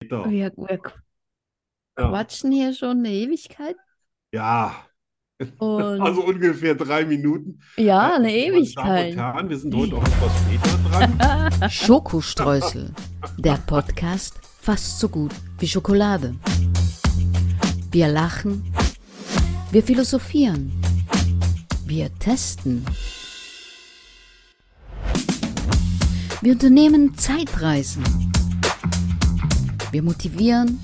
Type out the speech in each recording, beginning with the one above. Peter. Wir, wir Ja. quatschen hier schon eine Ewigkeit Ja, also und ungefähr drei Minuten. ja, Äh, eine meine Damen und Ewigkeit. Herren, wir sind heute auch etwas später dran. Schokostreusel, der Podcast fast so gut wie Schokolade. Wir lachen, wir philosophieren, wir testen. Wir unternehmen Zeitreisen. Wir motivieren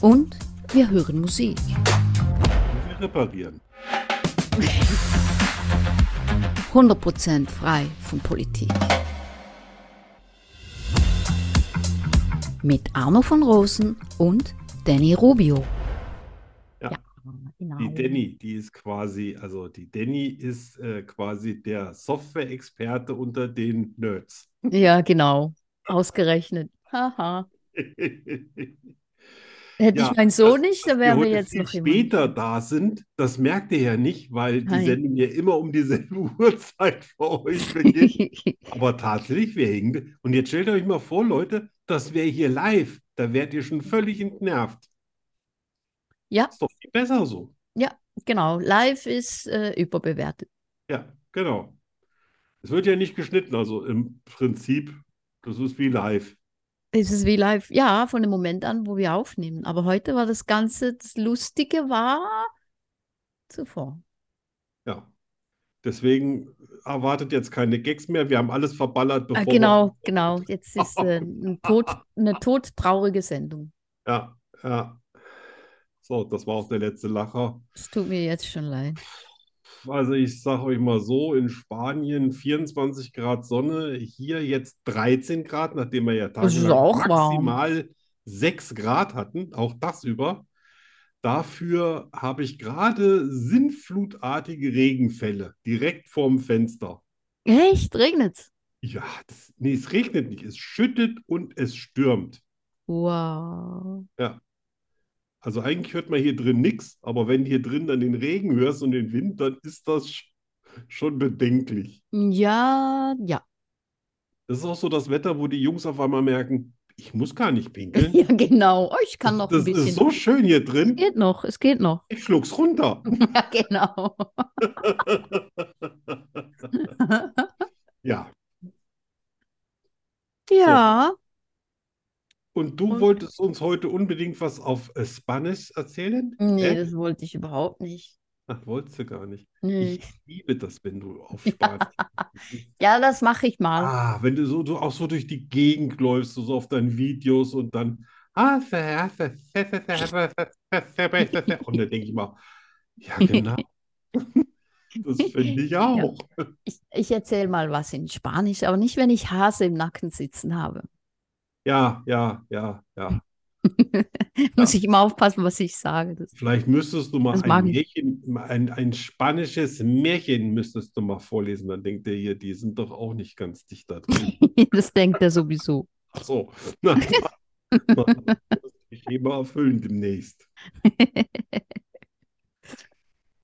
und wir hören Musik. Und wir reparieren. 100% frei von Politik. Mit Arno von Rosen und Danny Rubio. Ja, Ja, die genau. Danny, die ist quasi, also die Danny ist äh, quasi der Software-Experte unter den Nerds. Ja, genau. Ausgerechnet. Haha. Hätte ich Ja, meinen dass, Sohn nicht, dass da wir wären wir heute jetzt viel noch jemand. später da sind, das merkt ihr ja nicht, weil die Hi. Sendung ja immer um dieselbe Uhrzeit für euch beginnt. Aber tatsächlich, wir hängen. Und jetzt stellt euch mal vor, Leute, das wäre hier live. Da wärt ihr schon völlig entnervt. Ja, Ist doch viel besser so. ja, genau. Live ist äh, überbewertet. Ja, genau. Es wird ja nicht geschnitten. Also im Prinzip, das ist wie live. Es ist wie live, ja, von dem Moment an, wo wir aufnehmen. Aber heute war das Ganze, das Lustige war zuvor. Ja. Deswegen erwartet jetzt keine Gags mehr. Wir haben alles verballert, Ah, bevor wir. genau, genau. Jetzt ist äh, ein tot, eine todtraurige Sendung. Ja, ja. So, das war auch der letzte Lacher. Es tut mir jetzt schon leid. Also ich sage euch mal so, in Spanien 24 Grad Sonne, hier jetzt 13 Grad, nachdem wir ja Es ist tagelang auch warm. maximal 6 Grad hatten, auch das über. Dafür habe ich gerade sintflutartige Regenfälle direkt vorm Fenster. Echt? Regnet's? Ja, das, nee, es regnet nicht, es schüttet und es stürmt. Wow. Ja, also eigentlich hört man hier drin nichts, aber wenn du hier drin dann den Regen hörst und den Wind, dann ist das sch- schon bedenklich. Ja, ja. Das ist auch so das Wetter, wo die Jungs auf einmal merken, ich muss gar nicht pinkeln. Ja, genau. Oh, ich Das, kann noch ein das ist bisschen. so schön hier Es drin. geht noch, es geht noch. Ich schluck's runter. Ja, genau. Ja, so. Ja, Und du und wolltest uns heute unbedingt was auf äh, Spanisch erzählen? nee, Hä? das wollte ich überhaupt nicht. Ach, wolltest du gar nicht. Nee. Ich liebe das, wenn du auf Spanisch sprichst. Ja, das mache ich mal. Ah, wenn du so du auch so durch die Gegend läufst, so, so auf deinen Videos und dann. ah, Und dann denke ich mal, ja, genau, das finde ich Ja, auch. ich, ich erzähle mal was in Spanisch, aber nicht, wenn ich Hase im Nacken sitzen habe. Ja, ja, ja, ja, Muss ja. ich immer aufpassen, was ich sage. Das, Vielleicht müsstest du mal das ein mag ich. Märchen, ein, ein spanisches Märchen müsstest du mal vorlesen. Dann denkt er hier, die sind doch auch nicht ganz dicht da drin. Das denkt er sowieso. Ach so, na, na, das Thema erfüllen demnächst.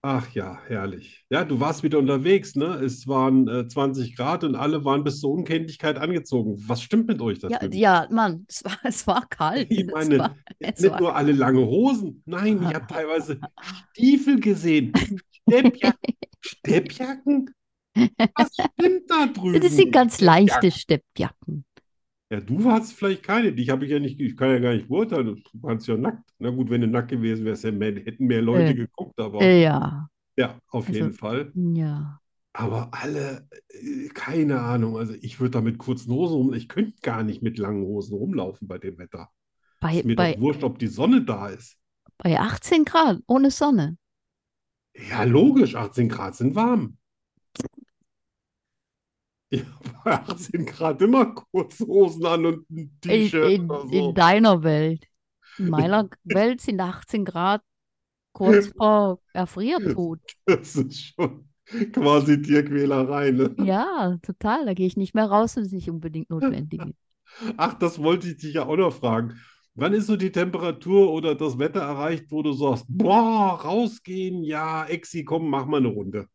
Ach ja, herrlich. Ja, du warst wieder unterwegs, ne? Es waren äh, 20 Grad und alle waren bis zur Unkenntlichkeit angezogen. Was stimmt mit euch da Ja, drüben? ja, Mann, es war, es war kalt. Ich Es meine, war, es nicht war. nur alle lange Hosen, nein, ich habe teilweise Stiefel gesehen, Steppjacken, Steppjacken? Was stimmt da Das drüben sind nicht? ganz leichte Steppjacken. Steppjacken. Ja, du hast vielleicht keine, dich habe ich ja nicht, ich kann ja gar nicht beurteilen, du warst ja nackt. Na gut, wenn du nackt gewesen wärst, hätten mehr, hätten mehr Leute Äh, geguckt, aber äh, ja, ja, auf jeden also, Fall. ja. Aber alle, äh, keine Ahnung. Also ich würde da mit kurzen Hosen rum. Ich könnte gar nicht mit langen Hosen rumlaufen bei dem Wetter. Ist Bei, mir doch bei, wurscht, ob die Sonne da ist. bei 18 Grad ohne Sonne. Ja, logisch, 18 Grad sind warm. Ich habe bei 18 Grad immer kurze Hosen an und ein In, T-Shirt in, oder in so. deiner Welt. In meiner Welt sind 18 Grad kurz vor Erfriertod. Das ist schon quasi Tierquälerei, ne? Ja, total. Da gehe ich nicht mehr raus, wenn es nicht unbedingt notwendig ist. Ach, das wollte ich dich ja auch noch fragen. Wann ist so die Temperatur oder das Wetter erreicht, wo du sagst, boah, rausgehen, ja, Exi, komm, mach mal eine Runde.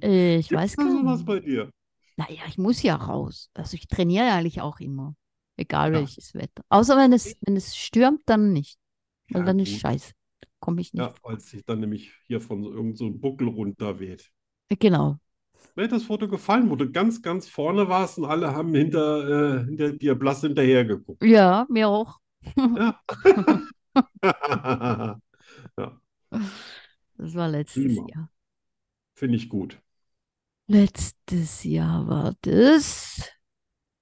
Äh, Ich Gibt's weiß da gar sowas nicht. bei dir? Naja, ich muss ja raus. Also ich trainiere ja eigentlich auch immer. Egal welches Wetter. Außer wenn es, wenn es stürmt, dann nicht. Weil Ja, dann ist gut. scheiße. Komme ich nicht. Ja, als sich dann nämlich hier von so irgend so einem Buckel runterweht. Genau. Mir hat das Foto gefallen, wo du ganz, ganz vorne warst und alle haben hinter, äh, hinter dir blass hinterher geguckt. Ja, mir auch. Ja, Das war letztes Prima. Jahr. finde ich gut. Letztes Jahr war das.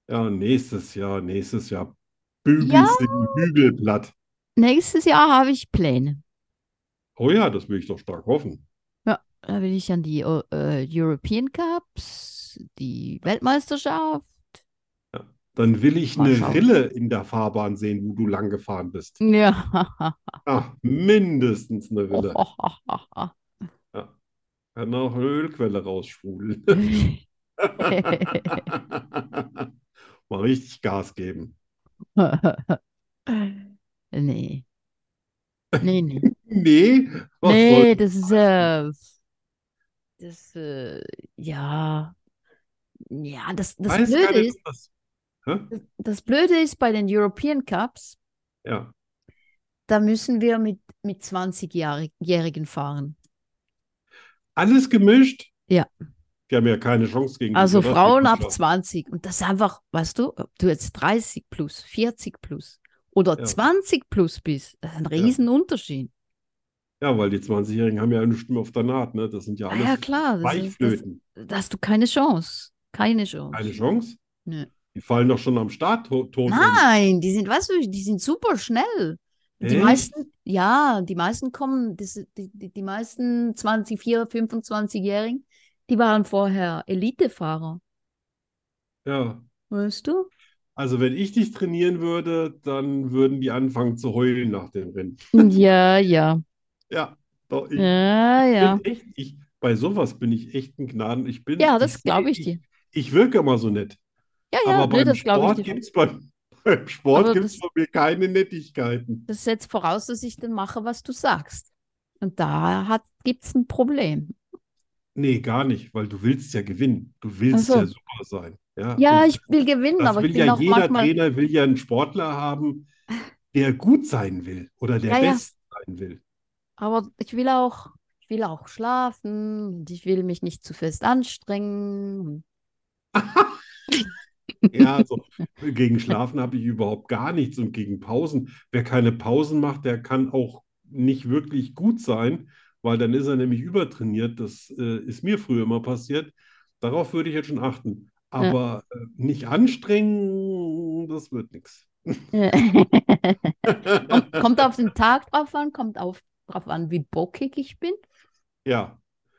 Ja, nächstes Jahr, nächstes Jahr bügelst Ja. du den Hügel platt. Nächstes Jahr habe ich Pläne. Oh ja, das will ich doch stark hoffen. Da will ich an die äh, European Cups, die Weltmeisterschaft. Dann will ich Mal eine schauen. Rille in der Fahrbahn sehen, wo du lang gefahren bist. Ja. Ach, mindestens eine Rille. Oh. Kann auch eine Ölquelle raussprudeln. Mal richtig Gas geben. nee. Nee, nee. Nee, was Nee, soll- das ist äh, das äh, ja. Ja, das, das Weiß Blöde keiner, ist, was- Hä? das Blöde ist bei den European Cups, Ja, da müssen wir mit, mit 20-Jährigen fahren. alles gemischt? Ja. Die haben ja keine Chance gegen Also diese Frauen ab Rasselwissenschaft. 20. Und das ist einfach, weißt du, ob du jetzt 30 plus, 40 plus oder Ja. 20 plus bist, das ist ein Riesenunterschied. Ja, weil die 20-Jährigen haben ja eine Stimme auf der Naht, ne? Das sind ja Ah alles ja, klar, das ist, das, Weichflöten. da hast du keine Chance. Keine Chance. Keine Chance? Nö. Die fallen doch schon am Start to- tot um. Nein, die sind, weißt du, die sind super schnell. Und Die Echt? meisten, ja, die meisten kommen, das, die, die, die meisten 20, 25-Jährigen, die waren vorher Elitefahrer, Ja. weißt du? Also wenn ich dich trainieren würde, dann würden die anfangen zu heulen nach dem Rennen. Ja, ja, Ja, doch, ich ja, ja. bin echt, ich, bei sowas bin ich echt ein Gnaden. Ich bin, Ja, ich das glaube ich sehe- dir. Ich wirke immer so nett, Ja, ja, aber nee, beim das glaube Sport ich dir. gibt's bei, beim Sport Aber gibt's das- von mir keine Nettigkeiten. Das setzt voraus, dass ich dann mache, was du sagst. Und da gibt es ein Problem. Nee, gar nicht, weil du willst ja gewinnen. Du willst Ach so. ja super sein. Ja, Ja, und ich will gewinnen, das aber ich will bin ja auch jeder manchmal. Trainer will ja einen Sportler haben, der gut sein will oder der Ja, ja. Best sein will. Aber ich will auch, ich will auch schlafen und ich will mich nicht zu fest anstrengen. Ja, also gegen Schlafen habe ich überhaupt gar nichts und gegen Pausen. Wer keine Pausen macht, der kann auch nicht wirklich gut sein, weil dann ist er nämlich übertrainiert. Das äh, ist mir früher immer passiert. Darauf würde ich jetzt schon achten. Aber äh, nicht anstrengen, das wird nichts. Kommt, kommt auf den Tag drauf an, kommt auf, drauf an, wie bockig ich bin, Ja,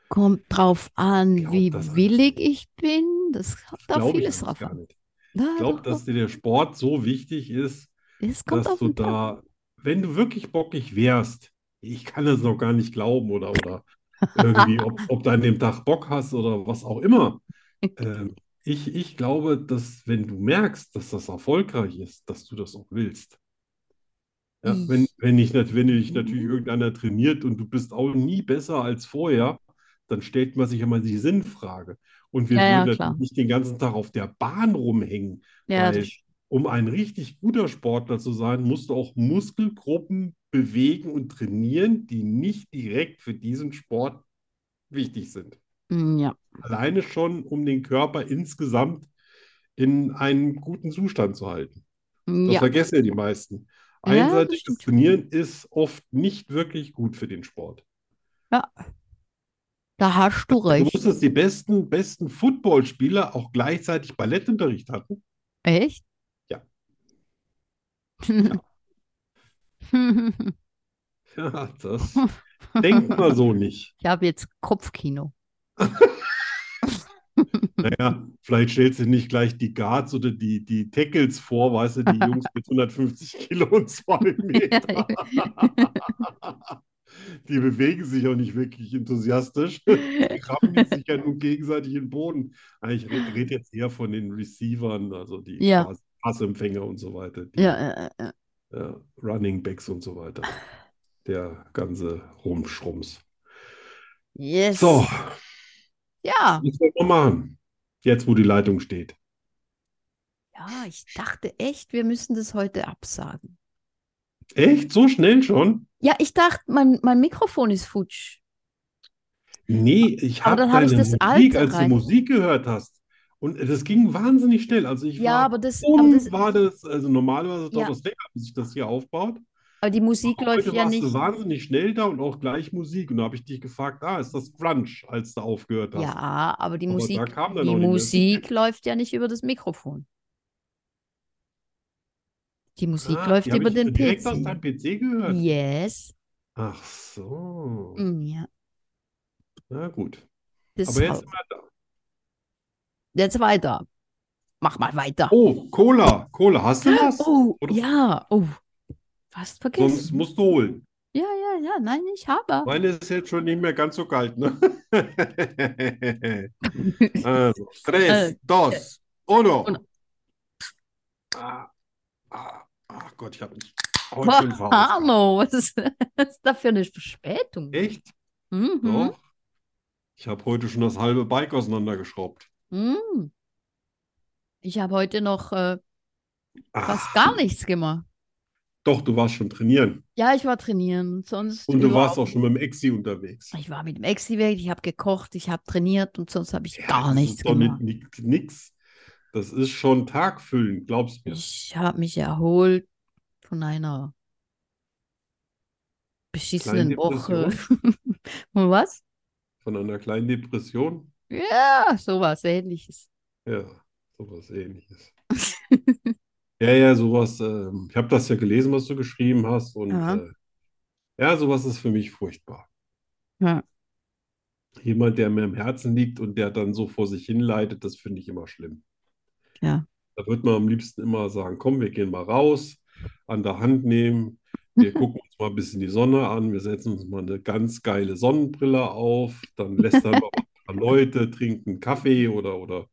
kommt drauf an, Glaub wie das alles willig ich bin. Das kommt auf glaube ich vieles alles drauf gar an. nicht. Na, Ich glaube, doch, dass doch. dir der Sport so wichtig ist, es kommt dass auf du den Tag. da, wenn du wirklich bockig wärst, ich kann es noch gar nicht glauben oder, oder irgendwie, ob, ob du an dem Tag Bock hast oder was auch immer. Ähm, ich, ich glaube, dass wenn du merkst, dass das erfolgreich ist, dass du das auch willst. Ja, wenn, wenn ich nicht, wenn dich natürlich Mhm. irgendeiner trainiert und du bist auch nie besser als vorher, dann stellt man sich immer die Sinnfrage. Und wir Ja, ja, würden klar. natürlich nicht den ganzen Tag auf der Bahn rumhängen, Ja, weil das, um ein richtig guter Sportler zu sein, musst du auch Muskelgruppen bewegen und trainieren, die nicht direkt für diesen Sport wichtig sind. Mm, ja. Alleine schon, um den Körper insgesamt in einen guten Zustand zu halten. Das Ja. vergessen ja die meisten. Ja, das Einseitiges stimmt. Trainieren ist oft nicht wirklich gut für den Sport. Da hast du Du recht. musst, dass die besten, besten Footballspieler auch gleichzeitig Ballettunterricht hatten. Echt? Ja. Ich Ja, das denkt man so nicht. habe jetzt Kopfkino. Naja, vielleicht stellst du nicht gleich die Guards oder die, die Tackles vor, weißt du, die Jungs mit 150 Kilo und 2 Meter. äh, Die bewegen sich auch nicht wirklich enthusiastisch. Die rammen sich ja nun gegenseitig in den Boden. Ah, Ich rede jetzt eher von den Receivern, also die Ja. Pass- Passempfänger und so weiter, die Ja, ja, ja. äh, Running Backs und so weiter. Der ganze Rumschrums. Yes. So, Ja, ah. was wollen wir machen? Jetzt, wo die Leitung steht. Ja, ich dachte echt, wir müssen das heute absagen. Echt? So schnell schon? Ja, ich dachte, mein, mein Mikrofon ist futsch. Nee, ich Aber habe dann hab ich deine das Musik, alte als du rein. Musik gehört hast. Und das ging wahnsinnig schnell. Also ich Ja, war aber das, aber bumm, das, war das, also normalerweise dauert ja, das länger, bis sich das hier aufbaut. aber die Musik läuft Heute ja warst du nicht. wahnsinnig schnell da und auch gleich Musik. Und da habe ich dich gefragt, ah, ist das Grunge, als du aufgehört hast? Ja, aber die Aber da Musik, kam dann die auch nicht mehr viel. Musik läuft ja nicht über das Mikrofon. Die Musik Ah, läuft die habe über ich den Mhm. direkt aus PC. deinem PC gehört. Yes. Ach so. Mm, Ja, Na gut. Aber jetzt deshalb. sind wir da. Jetzt weiter. Mach mal weiter. Oh, Cola. Cola, hast du was? Oh, Oder ja. Oh, sonst fast vergessen. musst du holen. Ja, ja, ja. Nein, ich habe. Meine ist jetzt schon nicht mehr ganz so kalt, ne? Also, tres, Äh, dos, uno. uno. Ah, ah, ach Gott, ich habe mich heute schon verausgabt. Hallo, was ist, was ist da für eine Verspätung? Echt? Mhm. Doch. Ich habe heute schon das halbe Bike auseinandergeschraubt. Mhm. Ich habe heute noch äh, fast Ach, gar nichts gemacht. Ah, doch, du warst schon trainieren. Ja, ich war trainieren, sonst Und du warst überhaupt. auch schon mit dem Exi unterwegs. Ich war mit dem Exi weg, ich habe gekocht, ich habe trainiert und sonst habe ich Ja, gar das nichts ist doch nicht, gemacht. nix, nix. Das ist schon tagfüllend, glaubst mir. Ich habe mich erholt von einer Kleine beschissenen Woche. Depression, Und Was? von einer kleinen Depression. Ja, sowas ähnliches. Ja, sowas ähnliches. Ja, ja, sowas. Ähm, ich habe das ja gelesen, was du geschrieben hast. Und Ja. äh, ja, sowas ist für mich furchtbar. Ja. Jemand, der mir im Herzen liegt und der dann so vor sich hinleidet, das finde ich immer schlimm. Ja. Da wird man am liebsten immer sagen, komm, wir gehen mal raus, an der Hand nehmen, wir gucken uns mal ein bisschen die Sonne an, wir setzen uns mal eine ganz geile Sonnenbrille auf, dann lästern wir mal ein paar Leute, trinken Kaffee oder, oder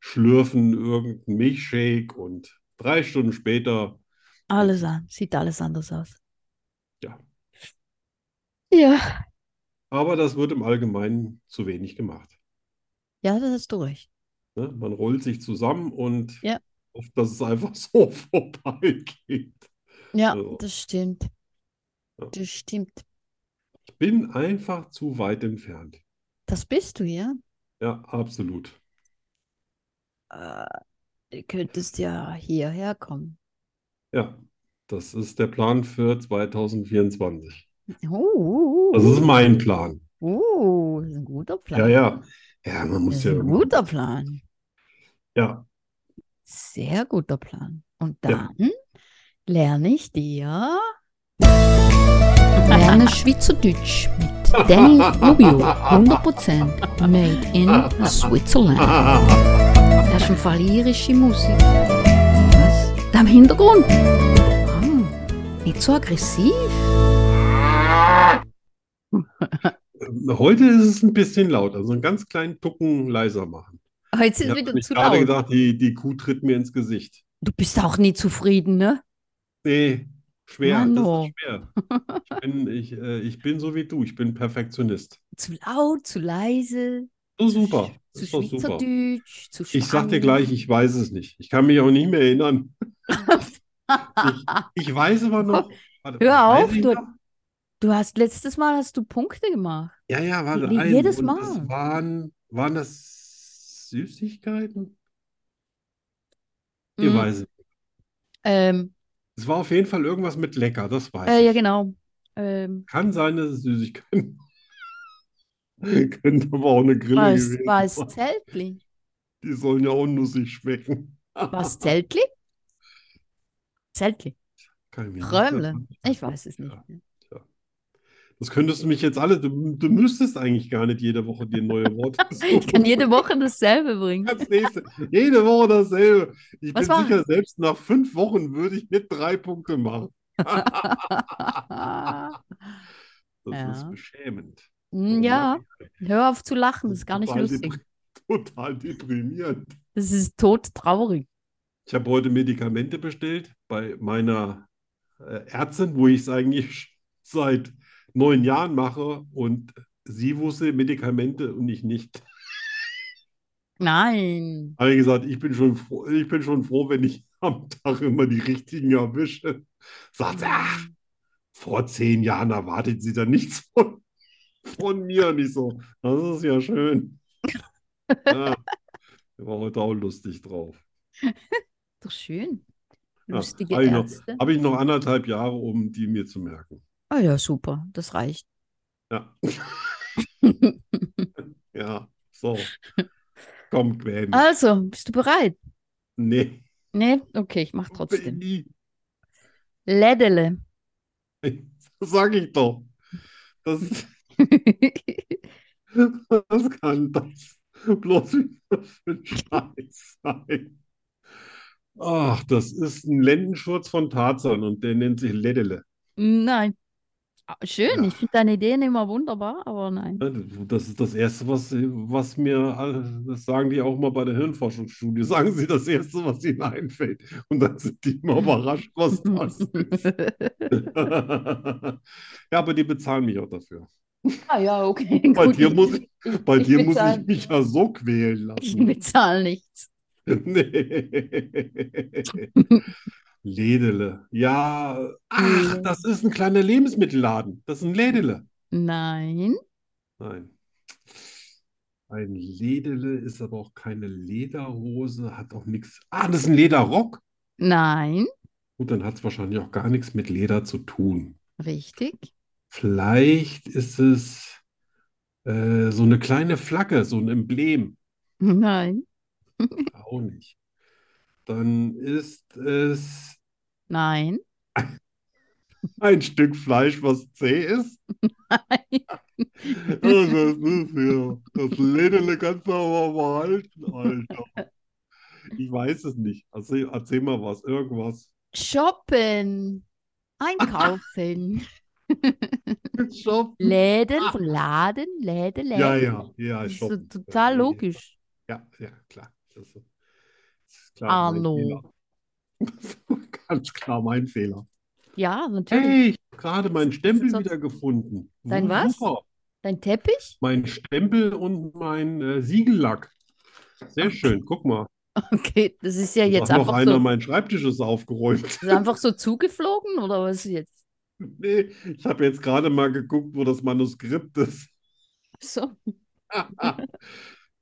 schlürfen irgendeinen Milchshake und drei Stunden später, Alles an, sieht alles anders aus. ja. Ja. Aber das wird im Allgemeinen zu wenig gemacht. Ja, das hast du recht. Ne? Man rollt sich zusammen und Ja. hofft, dass es einfach so vorbeigeht. Ja, Also, das stimmt. ja. Das stimmt. Ich bin einfach zu weit entfernt. Das bist du, ja? Ja, absolut. Äh, du könntest ja hierher kommen. Ja, das ist der Plan für 2024. Das ist Uh, mein Plan. uh, uh, das ist ein guter Ja, Plan. ja. Ja, man Das muss ist ja ein irgendwann. guter Plan. Ja, Sehr guter Plan. Und ja. dann lerne ich dir. Lerne Schweizerdeutsch mit Danny Rubio. 100% made in Switzerland. Das ist im Fall irische Musik. Was? Da im Hintergrund. Hm, nicht so aggressiv. Heute ist es ein bisschen laut, also einen ganz kleinen Tucken leiser machen. Jetzt Ich ist habe wieder nämlich zu gerade laut. gedacht, die, die Kuh tritt mir ins Gesicht. Du bist auch nie zufrieden, ne? Nee, schwer, das ist Mano, schwer. Ich bin, ich, äh, ich bin so wie du, ich bin Perfektionist. zu laut, zu leise, So zu, sch- super, zu ist doch super. Schweizerdeutsch, zu Ich sag dir Spanisch. gleich, ich weiß es nicht. Ich kann mich auch nicht mehr erinnern. Ich, Hör ich weiß aber noch, warte, was weiß auf, ich du, noch? du hast letztes Mal hast du Punkte gemacht. Ja, ja, Je- warte, je- ein. Jedes Und das Mal. waren, waren das Süßigkeiten? Ich Mm, weiß es nicht. ähm, Es war auf jeden Fall irgendwas mit lecker, das weiß äh, ja, ich. genau. Ähm, Kann sein, dass es Süßigkeiten Könnte aber auch eine Grille war es, war gewesen es sein. Zeltli? Die sollen ja unnussig schmecken. War es Zeltli? Zeltli. Kann ich mich nicht mehr Träumle. dran Ich erinnern. weiß es nicht Ja, mehr. tja. Das könntest du mich jetzt alle, du, du müsstest eigentlich gar nicht jede Woche dir neue Worte Ich kann suchen. jede Woche dasselbe bringen. Als nächste, jede Woche dasselbe. Ich Was bin war? sicher, selbst nach fünf Wochen würde ich nicht drei Punkte machen. Ah. Das ist Ja. beschämend. Mm, Oh Ja, nein, hör auf zu lachen, das das ist ist gar nicht total, lustig. depri total deprimierend. Das ist todtraurig. Ich habe heute Medikamente bestellt bei meiner äh, Ärztin, wo ich es eigentlich seit neun Jahren mache und sie wusste Medikamente und ich nicht. Nein. Habe ich gesagt, ich bin schon froh, ich bin schon froh, wenn ich am Tag immer die richtigen erwische. Sagt er, ach, vor zehn Jahren erwartet sie da nichts von, von mir. Nicht so, das ist ja schön. Ja, ich war heute auch lustig drauf. Doch schön. Ja, Lustige habe ich noch- Ärzte. Habe ich noch anderthalb Jahre, um die mir zu merken. Ah ja, super. Das reicht. Ja, ja, so. Komm, Gwen. also, bist du bereit? Nee, Nee? Okay, ich mach trotzdem. Benny, Lädele. das sag ich doch. Das, das kann das bloß wieder für ein Scheiß sein. Ach, das ist ein Lendenschurz von Tarzan und der nennt sich Ledele. Nein. Ah, Schön, Ja. ich finde deine Ideen immer wunderbar, aber nein. Ne, Das ist das Erste, was, was mir, alle- das sagen die auch mal bei der Hirnforschungsstudie, sagen sie das Erste, was ihnen einfällt. Und dann sind die immer überrascht, was das ist. Ja, aber die bezahlen mich auch dafür. ah ja, okay. Bei gut, dir muss ich, bei dir muss bezahl- ich mich ja so quälen Ich lassen. bezahle nichts. Nee. Lädele. Ja, ach, Lädele. das ist ein kleiner Lebensmittelladen. Das ist ein Lädele. Nein. Nein. Ein Lädele ist aber auch keine Lederhose, hat auch nichts. Ah, das ist ein Lederrock. Nein. Gut, dann hat es wahrscheinlich auch gar nichts mit Leder zu tun. Richtig. Vielleicht ist es äh, so eine kleine Flagge, so ein Emblem. Nein. Auch nicht. Dann ist es Nein. ein Stück Fleisch, was zäh ist. Ja, das ist ja. Das Lädele kannst du aber behalten, Alter. Ich weiß es nicht. Erzähl, erzähl mal was, irgendwas. Shoppen. Einkaufen. Shoppen. Läden, Laden, Läde, Läden. Hm. Ah. Ja, ja, ja, Das ist so shoppen. total Ja, logisch. Ja, ja, klar. Das ist, das ist klar mein Arno. Fehler. Das war Ganz klar mein Fehler. Ja, natürlich. Hey, ich habe gerade meinen Stempel Sonst- wieder gefunden. Dein was? Super. Dein Teppich? Mein Stempel und mein äh, Siegellack. Sehr schön, guck mal. Okay, das ist ja Und jetzt auch noch einfach einer, so, mein Schreibtisch ist aufgeräumt. ist einfach so zugeflogen oder was ist jetzt? Nee, ich habe jetzt gerade mal geguckt, wo das Manuskript ist. So,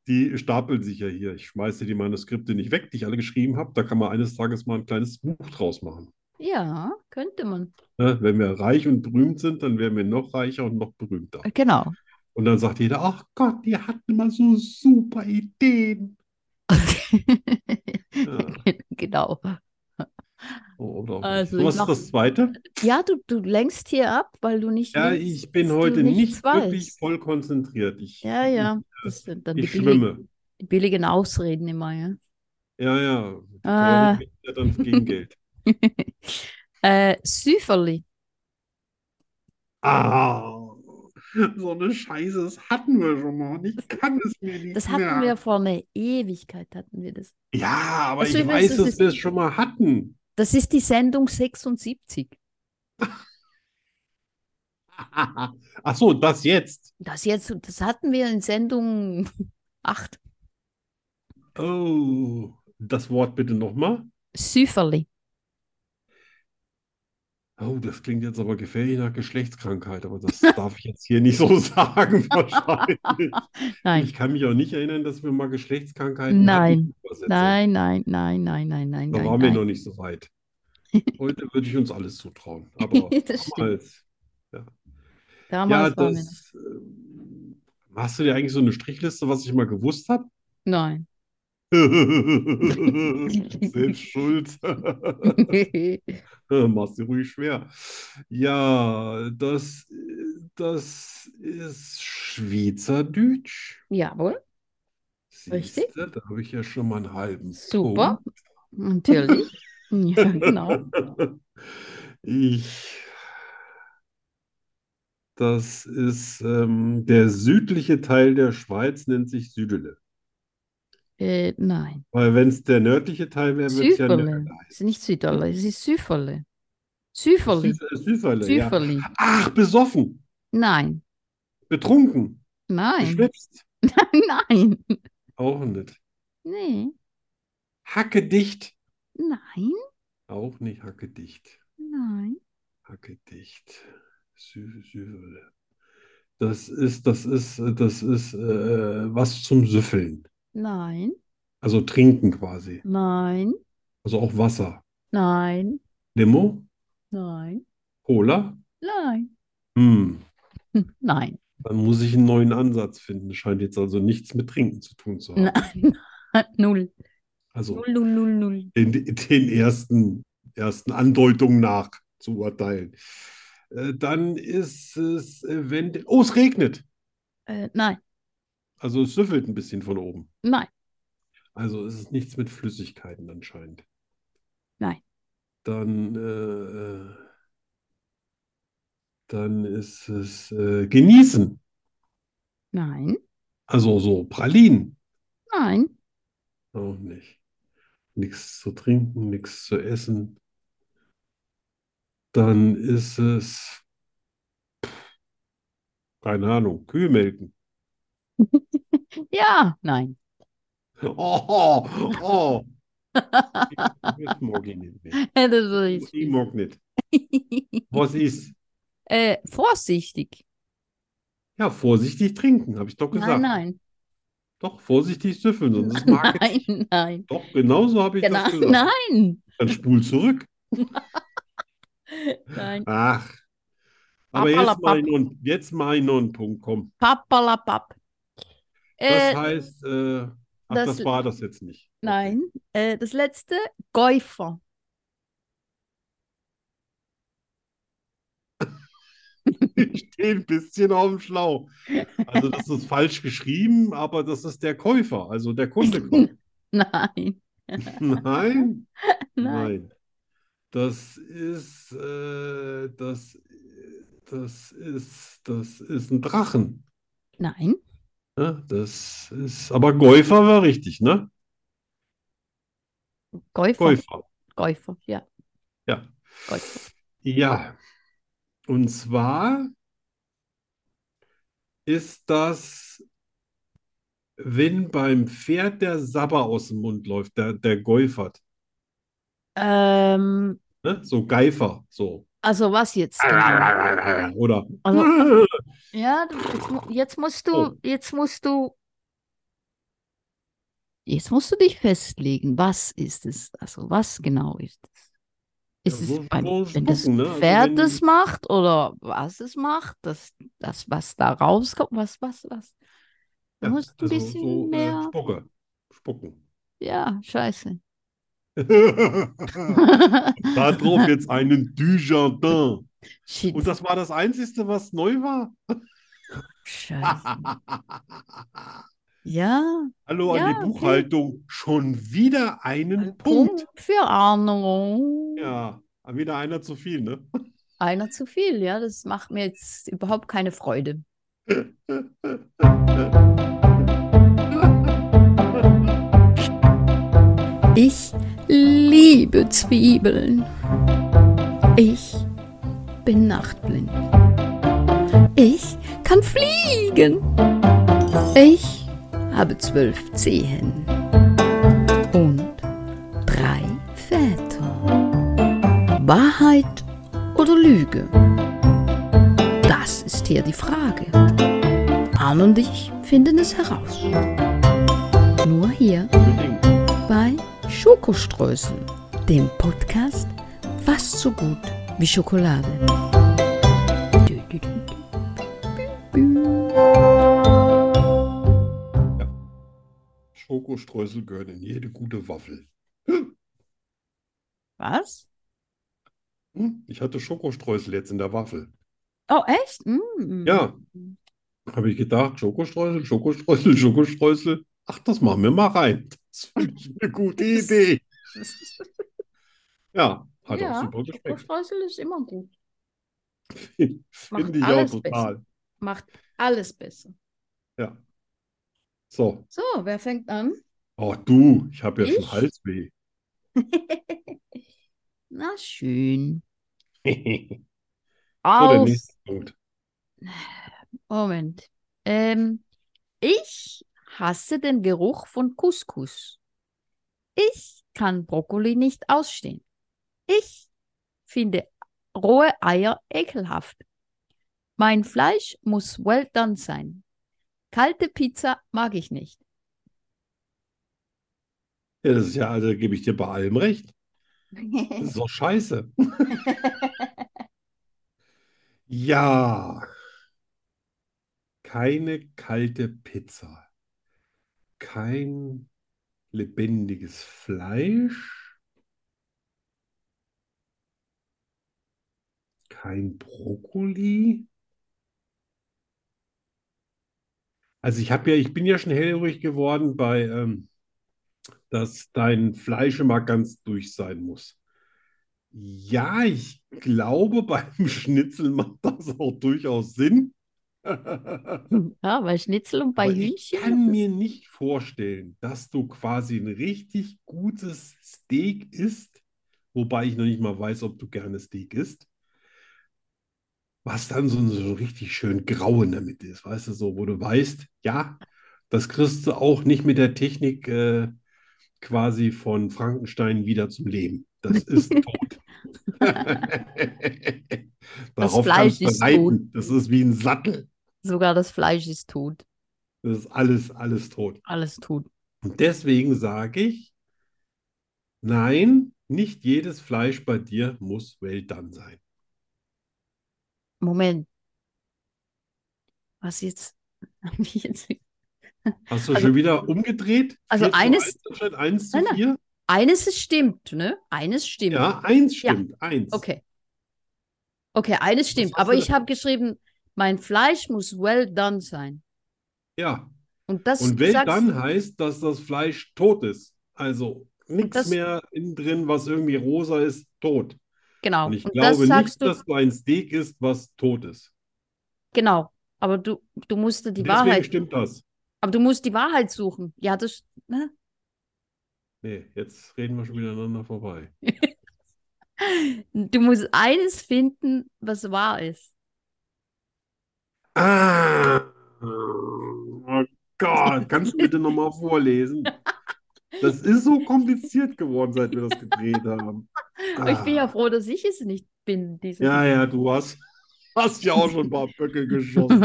Die stapeln sich ja hier. Ich schmeiße die Manuskripte nicht weg, die ich alle geschrieben habe. Da kann man eines Tages mal ein kleines Buch draus machen. ja, könnte man. Ne? Wenn wir reich und berühmt sind, dann werden wir noch reicher und noch berühmter. Genau. Und dann sagt jeder, ach Gott, die hatten mal so super Ideen. Ja. Genau. Oder auch Also nicht. ich Was mach- ist das Zweite? Ja, du, du lenkst hier ab, weil du nicht Ja, willst, ich bin dass du heute nichts nicht wirklich weißt. voll konzentriert. Ich, Ja, ja. Das sind dann die, ich billig, schwimme. die billigen Ausreden immer, ja. Ja, ja. Die Ah. Teure kriegt ja dann gegen Geld. Äh, Süferli. Ah, so eine Scheiße, das hatten wir schon mal und ich kann es mir nicht Das hatten wir merken. vor einer Ewigkeit, hatten wir das. Ja, aber Also ich übrigens, weiß, das dass ist- wir es schon mal hatten. Das ist die Sendung 76. Ach so, das jetzt. Das jetzt, das hatten wir in Sendung 8. Oh, das Wort bitte nochmal. Süferli. Oh, das klingt jetzt aber gefährlich nach Geschlechtskrankheit, aber das darf ich jetzt hier nicht so sagen, wahrscheinlich. Nein, Ich kann mich auch nicht erinnern, dass wir mal Geschlechtskrankheiten nein, hatten. Übersetzung. nein, nein, nein, nein, nein, nein, Da nein, waren wir nein. noch nicht so weit. Heute würde ich uns alles zutrauen, aber Das stimmt. damals, ja, Damals waren wir noch. das, ähm, hast du dir eigentlich so eine Strichliste, was ich mal gewusst habe? Nein. Selbst schuld. Machst dir ruhig schwer. Ja, das, äh, das ist Schweizerdeutsch. Jawohl, Siehst Richtig. du, da habe ich ja schon mal einen halben super. Natürlich. Ja, genau. Punkt. Ich, das ist ähm, der südliche Teil der Schweiz, nennt sich Südele. Äh, nein. Weil wenn es der nördliche Teil wäre, würde es ja Süferle. Nörgel Es heißen. ist nicht Süderle, es ist Süferle. Süferli. Süfer- Süferle, äh, ja. Süferli. Ach, besoffen, Nein. betrunken, Nein. beschwipst. Nein. Auch nicht. Nee, Hacke dicht. nein, Auch nicht Hacke dicht. nein. Hacke dicht. Sü Süffel. Das ist, das ist, das ist äh, was zum Süffeln. Nein, Also trinken quasi. nein, Also auch Wasser. nein, Limo? nein, Cola? nein, Hm. Hm, nein, Dann muss ich einen neuen Ansatz finden. Scheint jetzt also nichts mit Trinken zu tun zu haben. nein, null, Also null, null, null, null. den, den ersten, ersten Andeutungen nach zu urteilen. Äh, dann ist es eventuell. Oh, es regnet. Äh, nein, Also es süffelt ein bisschen von oben. nein, Also es ist nichts mit Flüssigkeiten anscheinend. Nein. Dann, äh, äh, dann ist es äh, genießen. nein, Also so Pralinen. nein, Auch nicht. Nichts zu trinken, nichts zu essen. Dann ist es, keine Ahnung, Kühe melken. ja, nein. Oh, oh. Das mag ich nicht mehr. Äh, Das war jetzt Ich viel. mag nicht. Was ist? äh, vorsichtig. Ja, vorsichtig trinken, habe ich doch Nein, gesagt. nein, Doch, vorsichtig süffeln, sonst ist Marketing. nein, nein. Doch, genau so habe ich das Genau, gesagt. nein, Dann spul zurück. nein. Ach. Aber jetzt Papperlapapp. mal ich noch, einen- jetzt mal ich noch einen Punkt, komm. Papalapap. Das Äh, heißt, äh, ach, das- das war das jetzt nicht. Okay. nein, äh, das letzte, Käufer. Ich stehe ein bisschen auf dem Schlauch. Also, das ist falsch geschrieben, aber das ist der Käufer, also der Kunde. kommt. Nein, Nein, nein. nein. Das ist, äh, das, das ist, das ist ein Drachen. Nein, Ne? Das ist, aber Käufer war richtig, ne? Käufer, Käufer. Käufer, ja. Ja. Käufer. Ja. Und zwar ist das, wenn beim Pferd der Sabber aus dem Mund läuft, der, der geufert, Ähm, ne? So Geifer, so. also was jetzt? Oder Also- Ja, du, jetzt, mu- jetzt musst du, Oh. jetzt musst du, jetzt musst du dich festlegen, was ist es? Also was genau ist es? Ist Ja, es so- beim, so wenn das spucken, ne? Also Pferd wenn- das macht oder was es macht, das, das, was da rauskommt, was, was, was? Du ja, musst ein also bisschen so, äh, mehr, Spucke. Spucken. ja, scheiße. Da drauf jetzt einen Dujardin. Shit, Und das war das Einzige, was neu war? scheiße. Ja, Hallo an Ja, die okay. Buchhaltung. Schon wieder einen ein Punkt. Punkt für Arno. Ja, wieder einer zu viel, ne? Einer zu viel, ja, das macht mir jetzt überhaupt keine Freude. Ich liebe Zwiebeln. Ich bin nachtblind. Ich kann fliegen. Ich habe zwölf Zehen und drei Väter. Wahrheit oder Lüge? Das ist hier die Frage. Arne und ich finden es heraus. Nur hier Unbedingt. bei Schokoströßen, dem Podcast fast so gut wie Schokolade. Dü, dü, dü. Schokostreusel gehören in jede gute Waffel. Was? Hm? Ich hatte Schokostreusel jetzt in der Waffel. Oh, echt? Mm. Ja, habe ich gedacht, Schokostreusel, Schokostreusel, Schokostreusel. Ach, das machen wir mal rein. Das finde ich eine gute Idee. Ja, hat auch Ja, super geschmeckt. Schokostreusel ist immer gut. macht Finde ich auch alles total. Macht alles besser. Ja. So. So, wer fängt an? Oh, du, ich habe ja schon Ich? Halsweh. Na schön. So, der Aus. nächste Punkt. Moment. Ähm, ich hasse den Geruch von Couscous. Ich kann Brokkoli nicht ausstehen. Ich finde rohe Eier ekelhaft. Mein Fleisch muss well done sein. Kalte Pizza mag ich nicht. Ja, das ist ja, also gebe ich dir bei allem recht. Das ist doch scheiße. ja. Keine kalte Pizza. Kein lebendiges Fleisch. Kein Brokkoli. Also ich habe ja, ich bin ja schon hellhörig geworden bei, ähm, dass dein Fleisch immer ganz durch sein muss. Ja, ich glaube, beim Schnitzel macht das auch durchaus Sinn. Ja, bei Schnitzel und bei Aber Hühnchen. Ich kann mir nicht vorstellen, dass du quasi ein richtig gutes Steak isst, wobei ich noch nicht mal weiß, ob du gerne Steak isst, was dann so, so richtig schön grau in der Mitte ist, weißt du, so, wo du weißt, ja, das kriegst du auch nicht mit der Technik äh, quasi von Frankenstein wieder zum Leben. Das ist tot. Darauf Fleisch kannst du ist tot. reiten. Das ist wie ein Sattel. Sogar das Fleisch ist tot. Das ist alles, alles tot. Alles tot. Und deswegen sage ich, nein, nicht jedes Fleisch bei dir muss well done sein. Moment. Was jetzt? Hab ich jetzt Hast du Also- schon wieder umgedreht? Also 4 zu eines- 1 anstatt 1 zu Nein, nein. 4? Eines ist stimmt, ne? Eines stimmt. Ja, 1 Ja. stimmt. 1. Okay. Okay, eines stimmt. hast Aber du ich habe geschrieben, mein Fleisch muss well done sein. Ja. Und das Und du well sagst, done heißt, dass das Fleisch tot ist. Also nichts das- mehr innen drin, was irgendwie rosa ist, tot. genau. Und ich Und das glaube sagst nicht, du, dass du ein Steak isst, was tot ist. genau. Aber du, du musst dir die Deswegen Wahrheit, stimmt das. aber du musst die Wahrheit suchen. Ja, das, ne? Nee, jetzt reden wir schon wieder aneinander vorbei. Du musst eines finden, was wahr ist. Ah, oh Gott, kannst du bitte nochmal vorlesen? Das ist so kompliziert geworden, seit wir das gedreht haben. Aber ich bin Ah. ja froh, dass ich es nicht bin, diese. Ja, ja, du hast, hast ja auch schon ein paar Böcke geschossen.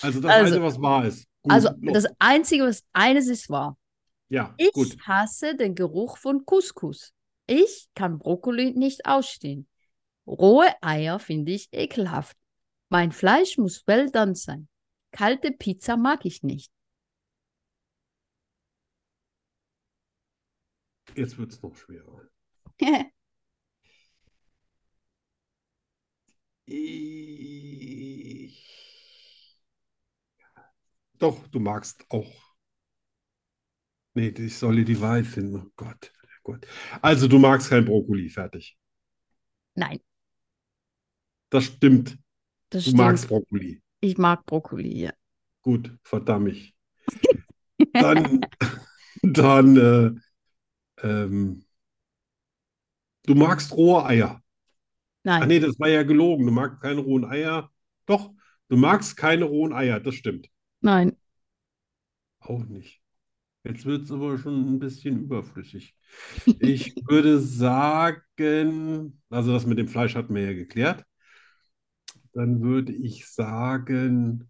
Also das Also- eine, was wahr ist. Gut, Also, los. das Einzige, was eines ist wahr. ja, Ich gut. hasse den Geruch von Couscous. Ich kann Brokkoli nicht ausstehen. Rohe Eier finde ich ekelhaft. Mein Fleisch muss well done sein. Kalte Pizza mag ich nicht. Jetzt wird es noch schwerer. Ich... Doch, du magst auch. Nee, ich soll die Wahrheit finden. Oh Gott, oh Gott. Also, du magst kein Brokkoli, fertig. Nein, Das stimmt. das Du stimmt. magst Brokkoli. Ich mag Brokkoli, ja. Gut, verdammt mich. Dann, dann, äh, ähm, du magst rohe Eier. Ach Nein, nee, das war ja gelogen. Du magst keine rohen Eier. Doch, du magst keine rohen Eier. Das stimmt. nein. Auch nicht. Jetzt wird es aber schon ein bisschen überflüssig. Ich würde sagen, also das mit dem Fleisch hatten wir ja geklärt. Dann würde ich sagen,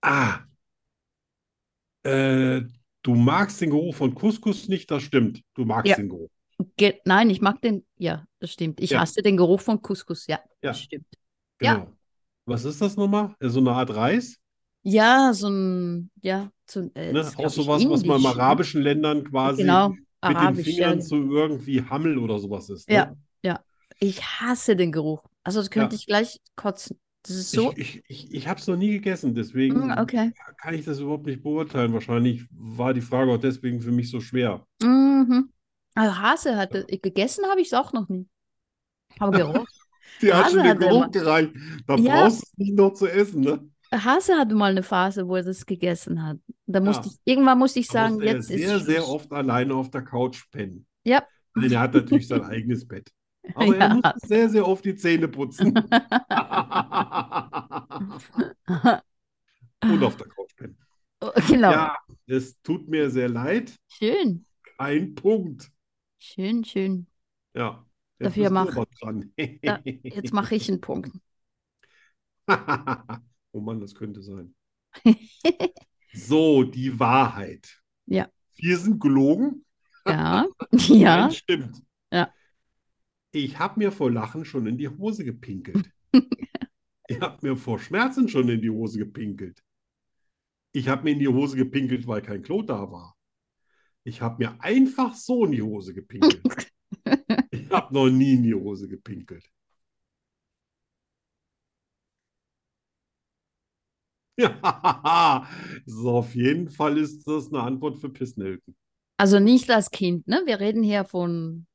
ah, äh, du magst den Geruch von Couscous nicht, das stimmt. Du magst Ja. den Geruch. Ge nein, ich mag den. Ja, das stimmt. Ich Ja. hasse den Geruch von Couscous, ja, Ja. das stimmt. Ja. Genau. Was ist das nochmal? Äh, So eine Art Reis, Ja, so ein, ja, so ein, äh, ne? das ist, Auch glaub ich, sowas, was man im indisch, ne? arabischen Ländern quasi Genau, mit den arabisch, ja, Fingern genau. zu irgendwie Hammel oder sowas ist, Ja. ne? Ich hasse den Geruch. Also das könnte Ja. ich gleich kotzen. Das ist so. Ich, ich, ich, ich habe es noch nie gegessen, deswegen Mm, okay. kann ich das überhaupt nicht beurteilen. Wahrscheinlich war die Frage auch deswegen für mich so schwer. Mhm. Also Hase hatte gegessen habe ich es auch noch nie. Aber Geruch. Die hat Hase schon den hat der Geruch Ma- gereicht. Da Ja. brauchst du es nicht noch zu essen, ne? Hase hatte mal eine Phase, wo er das gegessen hat. Da musste Ja. ich, irgendwann musste ich Da sagen, musste er jetzt ist sehr, sehr Schluss. oft alleine auf der Couch pennen. Ja. Nein, er hat natürlich sein eigenes Bett. Aber er Ja. muss sehr, sehr oft die Zähne putzen. Und auf der Couch pennen. Oh, Genau. Ja, es tut mir sehr leid. Schön. Ein Punkt. Schön, schön. Ja. Dafür Jetzt bist du mach- aber dran. Ja, Jetzt mache ich einen Punkt. Oh Mann, das könnte sein. So, die Wahrheit. Ja. Wir sind gelogen. Ja. Ja. Nein, stimmt. Ja. Ich habe mir vor Lachen schon in die Hose gepinkelt. Ich habe mir vor Schmerzen schon in die Hose gepinkelt. Ich habe mir in die Hose gepinkelt, weil kein Klo da war. Ich habe mir einfach so in die Hose gepinkelt. Ich habe noch nie in die Hose gepinkelt. Ja, so auf jeden Fall ist das eine Antwort für Pissnelken. Also nicht als Kind, ne? Wir reden hier von.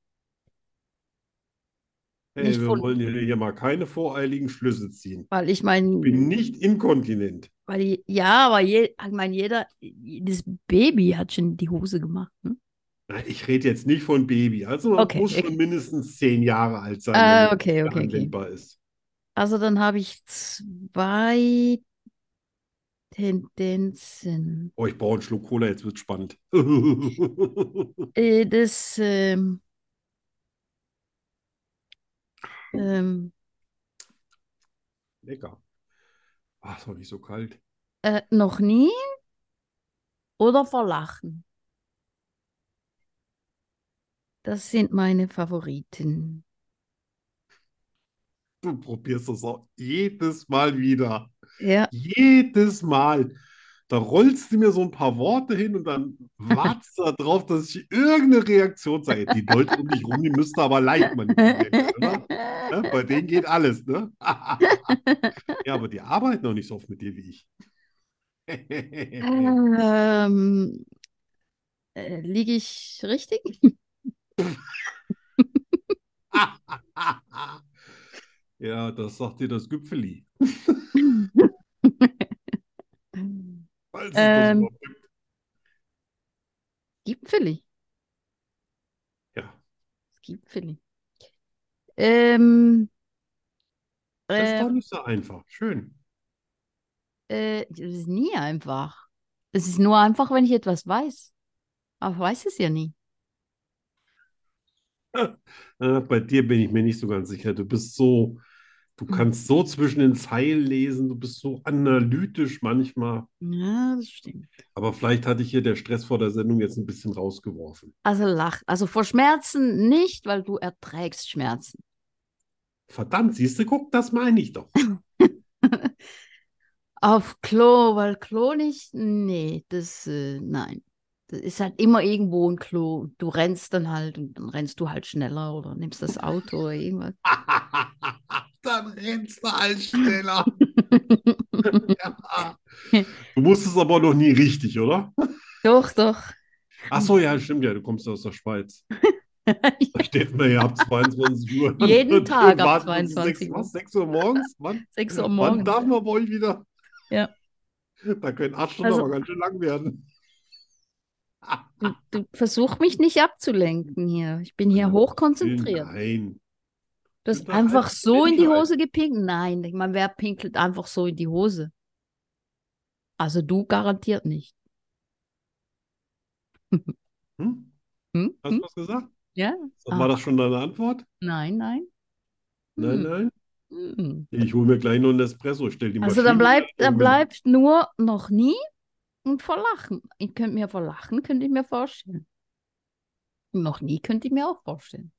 Hey, Nicht wir von- wollen hier, hier mal keine voreiligen Schlüsse ziehen. Weil ich Ich meine, bin nicht inkontinent. weil je- ja, aber je, ich meine, jeder, jedes Baby hat schon die Hose gemacht. Ne? Nein, Ich rede jetzt nicht von Baby. Also man Okay, muss okay. schon mindestens zehn Jahre alt sein, Ah, damit okay, es okay, okay. anwendbar ist. Also dann habe ich zwei Tendenzen. Oh, ich brauche einen Schluck Cola, jetzt wird spannend. Äh, das ähm, ähm, Lecker. Ach, ist doch nicht so kalt. äh, noch nie oder verlachen. Das sind meine Favoriten. Du probierst das auch jedes Mal wieder. Ja, Jedes Mal. Da rollst du mir so ein paar Worte hin und dann wartest du darauf, dass ich irgendeine Reaktion zeige. Die Leute um dich rum, die müssten aber leicht manipulieren können, oder? Ne? Bei denen geht alles, ne? Ja, aber die arbeiten noch nicht so oft mit dir wie ich. ähm, äh, liege ich richtig? Ja, das sagt dir das Güpfeli. Falls es das Ähm. überhaupt gibt. Gipfeli, Ja, Gipfeli. Ähm, das ist äh, doch nicht so einfach. Schön. Äh, das ist nie einfach. Es ist nur einfach, wenn ich etwas weiß. Aber ich weiß es ja nie. Äh, bei dir bin ich mir nicht so ganz sicher. Du bist so, du kannst so zwischen den Zeilen lesen, du bist so analytisch manchmal. Ja, das stimmt. Aber vielleicht hatte ich hier der Stress vor der Sendung jetzt ein bisschen rausgeworfen. Also lach, also vor Schmerzen nicht, weil du erträgst Schmerzen. Verdammt, siehst du, guck, das meine ich doch. Auf Klo, weil Klo nicht, nee, das, äh, nein. Das ist halt immer irgendwo ein Klo. Du rennst dann halt und dann rennst du halt schneller oder nimmst das Auto oder irgendwas. Dann rennst du halt schneller. Ja. Du musstest aber noch nie richtig, oder? Doch, doch. Ach so, ja, stimmt ja, du kommst ja aus der Schweiz. Da steht man ja ab 22 Uhr. Jeden Tag ab Warten bis 22 Uhr. 6, was, 6 Uhr morgens? Wann, 6 Uhr wann morgens. darf man bei euch wieder? Ja. Da können 8 Stunden Also- aber ganz schön lang werden. Du, du versuch mich nicht abzulenken hier. Ich bin hier Ja, hochkonzentriert. Nein. Du hast Überall einfach so in die Kindheit. Hose gepinkelt? Nein, ich meine, wer pinkelt einfach so in die Hose? Also du garantiert nicht. Hm? Hm? Hast du Hm? was gesagt? Ja? Ah. War das schon deine Antwort? Nein, nein. Nein, nein. Hm, hm. Ich hole mir gleich noch einen Espresso, stell die Maschine Also um. dann bleibt, ein dann und- bleibt nur noch nie und vor Lachen. Ich könnte mir vor Lachen, könnte ich mir vorstellen. Noch nie könnte ich mir auch vorstellen.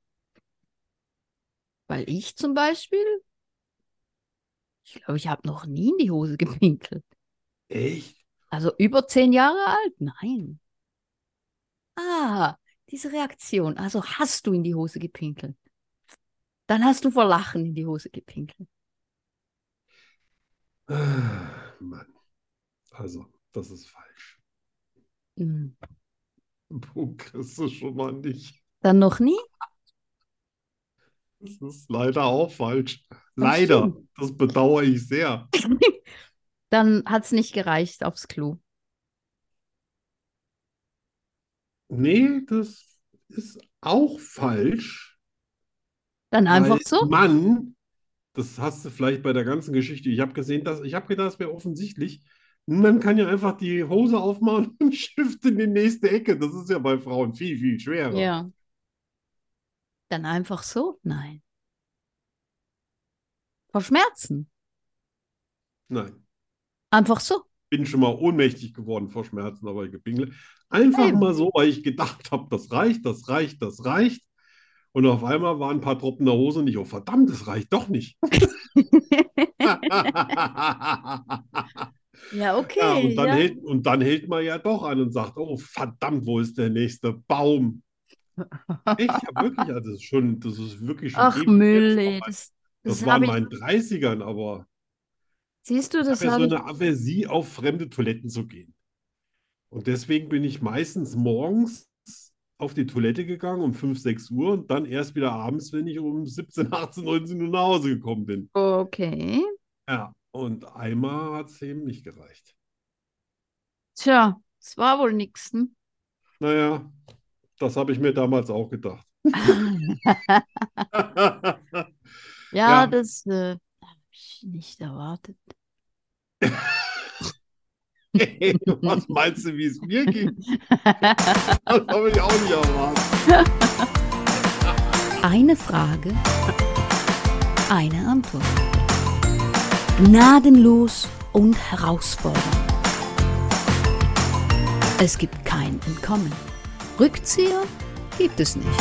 Weil ich zum Beispiel, ich glaube, ich habe noch nie in die Hose gepinkelt. Echt? Also über zehn Jahre alt? Nein. Ah, diese Reaktion. Also hast du in die Hose gepinkelt. Dann hast du vor Lachen in die Hose gepinkelt. Ah, Mann. Also, das ist falsch. Hm. Punkt kriegst du schon mal nicht. Dann noch nie? Das ist leider auch falsch. Das stimmt. Leider. Das bedauere ich sehr. Dann hat es nicht gereicht aufs Klo. Nee, das ist auch falsch, Dann einfach weil so? Mann, das hast du vielleicht bei der ganzen Geschichte. Ich habe gesehen, dass ich habe gedacht, es wäre offensichtlich, Man kann ja einfach die Hose aufmachen und schifft in die nächste Ecke. Das ist ja bei Frauen viel, viel schwerer. Ja. Dann einfach so? Nein. Vor Schmerzen. Nein, Einfach so. bin schon mal ohnmächtig geworden vor Schmerzen, aber gepingelt. Einfach Eben. mal so, weil ich gedacht habe, das reicht, das reicht, das reicht. Und auf einmal waren ein paar Tropfen der Hose nicht. Oh, verdammt, das reicht doch nicht. Ja, okay. Ja, und dann hält, und dann hält man ja doch an und sagt, oh verdammt, wo ist der nächste Baum? Echt, ja wirklich, also das ist schon, das ist wirklich schon Ach, ewig Müll, jetzt ey, vorbei. das, Das war das in habe ich. meinen 30ern, aber Siehst du, das ich habe habe ja ich. so eine Aversie, auf fremde Toiletten zu gehen. Und deswegen bin ich meistens morgens auf die Toilette gegangen um 5, 6 Uhr und dann erst wieder abends, wenn ich um 17, 18, 19 Uhr nach Hause gekommen bin. Okay. Ja, und einmal hat es eben nicht gereicht. Tja, es war wohl nix. Hm? Naja, das habe ich mir damals auch gedacht. Ja, Ja. das äh, habe ich nicht erwartet. Hey, was meinst du, wie es mir ging? Das habe ich auch nicht erwartet. Eine Frage, eine Antwort. Gnadenlos und herausfordernd. Es gibt kein Entkommen. Rückzieher gibt es nicht.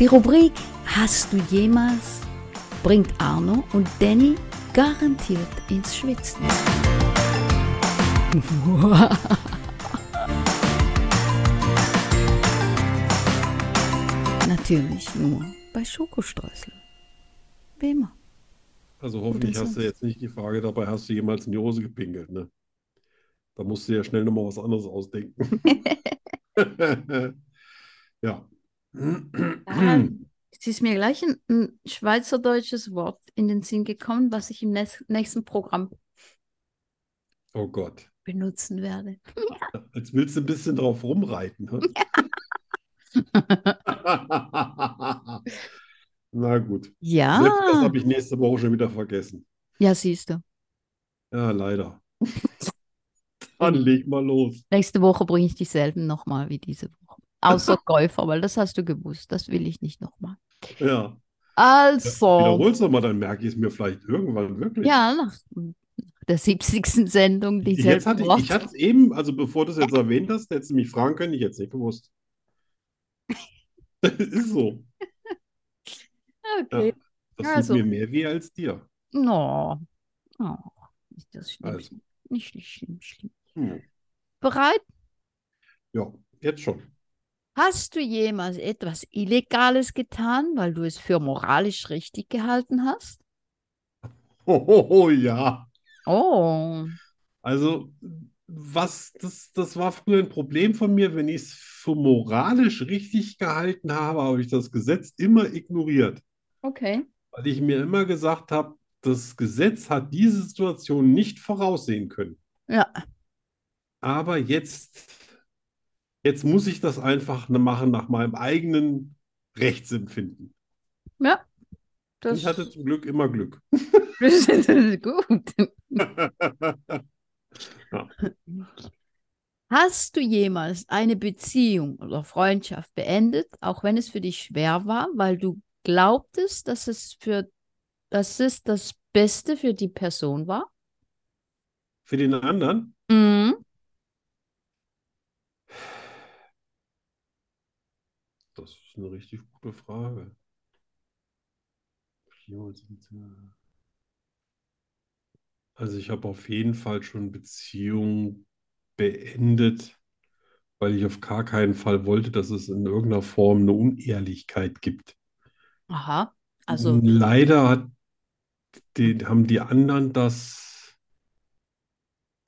Die Rubrik Hast du jemals bringt Arno und Danny garantiert ins Schwitzen. Natürlich nur bei Schokostreusel. Wie immer. Also hoffentlich hast du jetzt nicht die Frage dabei, hast du jemals in die Hose gepinkelt, ne? Da musst du ja schnell nochmal was anderes ausdenken. Ja. Ja, es ist mir gleich ein, ein schweizerdeutsches Wort in den Sinn gekommen, was ich im nächs- nächsten Programm Oh Gott. benutzen werde. Als willst du ein bisschen drauf rumreiten. Ne? Na gut. Selbst das Ja, habe ich nächste Woche schon wieder vergessen. ja, siehst du. Ja, leider. Dann leg mal los. Nächste Woche bringe ich dieselben nochmal wie diese Woche. Außer Käufer, weil das hast du gewusst. Das will ich nicht nochmal. Ja. Also, Wiederholst du mal, dann merke ich es mir vielleicht irgendwann wirklich. ja, nach, nach der 70. Sendung dieselben Jetzt hatte ich, Worte. ich hatte es eben, also bevor du es jetzt erwähnt hast, hättest du mich fragen können, ich hätte es nicht gewusst. Das ist so. okay. Das Also. tut mir mehr weh als dir. No. Oh, ist das schlimm. Also. schlimm. Nicht schlimm, schlimm, schlimm. Hm. Bereit? Ja, jetzt schon. Hast du jemals etwas Illegales getan, weil du es für moralisch richtig gehalten hast? Oh, oh, oh ja. Oh, Also, was, das, das war früher ein Problem von mir, wenn ich es für moralisch richtig gehalten habe, habe ich das Gesetz immer ignoriert. okay. Weil ich mir immer gesagt habe, das Gesetz hat diese Situation nicht voraussehen können. Ja. Aber jetzt, jetzt muss ich das einfach machen nach meinem eigenen Rechtsempfinden. Das Ich hatte zum Glück immer Glück. ist gut. Hast du jemals eine Beziehung oder Freundschaft beendet, auch wenn es für dich schwer war, weil du glaubtest, dass es für dass es das Beste für die Person war? Für den anderen, Mhm. das ist eine richtig gute Frage. Jemals mit der- Also ich habe auf jeden Fall schon Beziehungen beendet, weil ich auf gar keinen Fall wollte, dass es in irgendeiner Form eine Unehrlichkeit gibt. Aha. Also, Leider hat den, haben die anderen das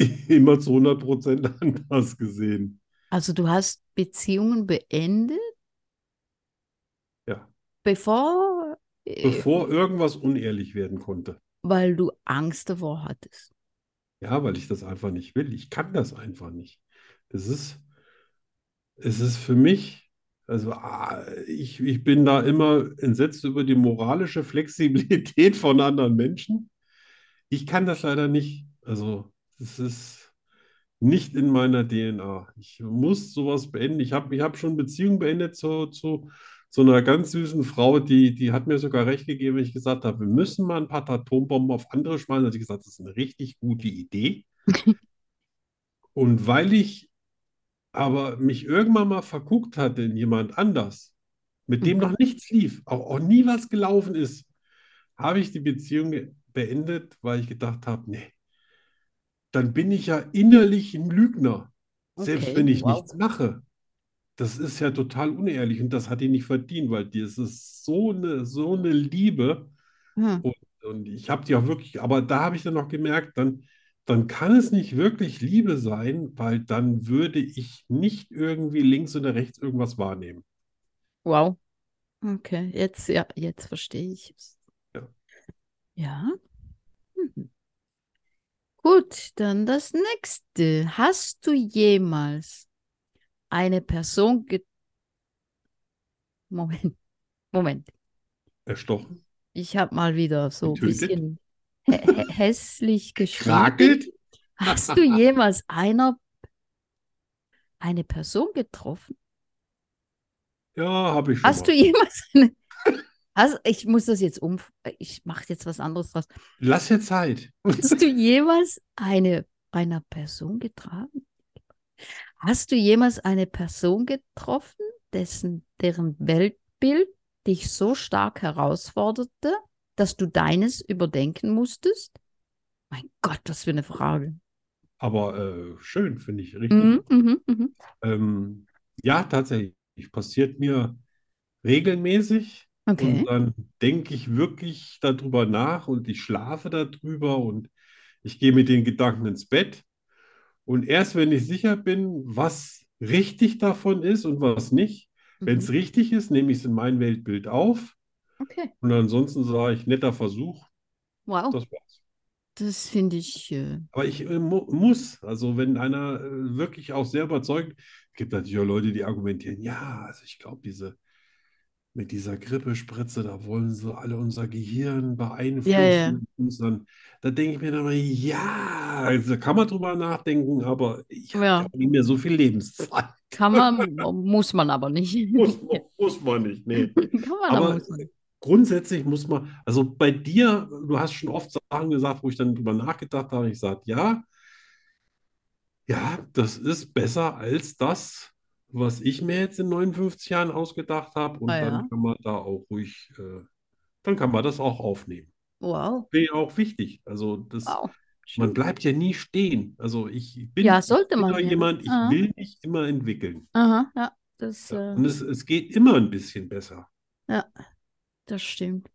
immer zu 100% anders gesehen. also du hast Beziehungen beendet, Ja, bevor, äh, bevor irgendwas unehrlich werden konnte. weil du Angst davor hattest. Ja, weil ich das einfach nicht will. Ich kann das einfach nicht. Das ist, es ist für mich, also ah, ich, ich bin da immer entsetzt über die moralische Flexibilität von anderen Menschen. Ich kann das leider nicht. Also, es ist nicht in meiner DNA. Ich muss sowas beenden. Ich habe ich hab schon Beziehungen beendet zu, zu, zu einer ganz süßen Frau, die, die hat mir sogar recht gegeben, wenn ich gesagt habe, wir müssen mal ein paar Atombomben auf andere schmeißen. Da hat sie gesagt, das ist eine richtig gute Idee. Und weil ich aber mich irgendwann mal verguckt hatte in jemand anders, mit Mhm. dem noch nichts lief, auch, auch nie was gelaufen ist, habe ich die Beziehung beendet, weil ich gedacht habe, nee, dann bin ich ja innerlich ein Lügner, selbst Okay, wenn ich wow. nichts mache. Das ist ja total unehrlich und das hat die nicht verdient, weil die es ist so eine, so eine Liebe. Hm. Und ich habe die auch wirklich, aber da habe ich dann noch gemerkt, dann, dann kann es nicht wirklich Liebe sein, weil dann würde ich nicht irgendwie links oder rechts irgendwas wahrnehmen. Wow. Okay, jetzt, ja, jetzt verstehe ich es. Ja. Ja. Mhm. Gut, dann das nächste. Hast du jemals eine Person ge... Moment, Moment. Erstochen. Ich habe mal wieder so ein Getötet? bisschen hä hä- hässlich geschrieben. Krakelt? Hast du jemals einer eine Person getroffen? Ja, habe ich schon Hast du mal. jemals eine. Hast, ich muss das jetzt um. Ich mache jetzt was anderes draus. Lass dir Zeit. Hast du jemals eine, einer Person getragen? Hast du jemals eine Person getroffen, dessen, deren Weltbild dich so stark herausforderte, dass du deines überdenken musstest? Mein Gott, was für eine Frage. Aber äh, schön, finde ich richtig. Mhm, mhm, mhm. Ähm, ja, tatsächlich. Passiert mir regelmäßig. Okay. Und dann denke ich wirklich darüber nach und ich schlafe darüber und ich gehe mit den Gedanken ins Bett. Und erst wenn ich sicher bin, was richtig davon ist und was nicht, wenn es Mhm. richtig ist, nehme ich es in mein Weltbild auf. Okay. Oh. Und ansonsten sage ich, netter Versuch, Wow. das war's. Das finde ich. Äh, Aber ich äh, mu muss, also wenn einer äh, wirklich auch sehr überzeugt, gibt natürlich auch Leute, die argumentieren, ja, also ich glaube, diese mit dieser Grippespritze, da wollen sie alle unser Gehirn ja, ja. beeinflussen. Und dann, da denke ich mir dann mal, ja, also kann man drüber nachdenken, aber ich habe ja Ja. auch nicht mehr so viel Lebenszeit. Kann man, muss man aber nicht. Muss, man- muss man nicht, nee. Kann man, aber Aber muss man nicht. grundsätzlich muss man, also bei dir, du hast schon oft Sachen gesagt, wo ich dann drüber nachgedacht habe. Ich sage, ja, ja, das ist besser als das, was ich mir jetzt in 59 Jahren ausgedacht habe. Und Ah ja. dann kann man da auch ruhig, äh, dann kann man das auch aufnehmen. Wow. Wäre ja auch wichtig. Also das, Wow. man Schön. bleibt ja nie stehen. Also ich bin, Ja, ich sollte bin man doch ja. jemand, ich Aha. will mich immer entwickeln. Aha, ja, das, Ja. äh, Und es, es geht immer ein bisschen besser. das stimmt.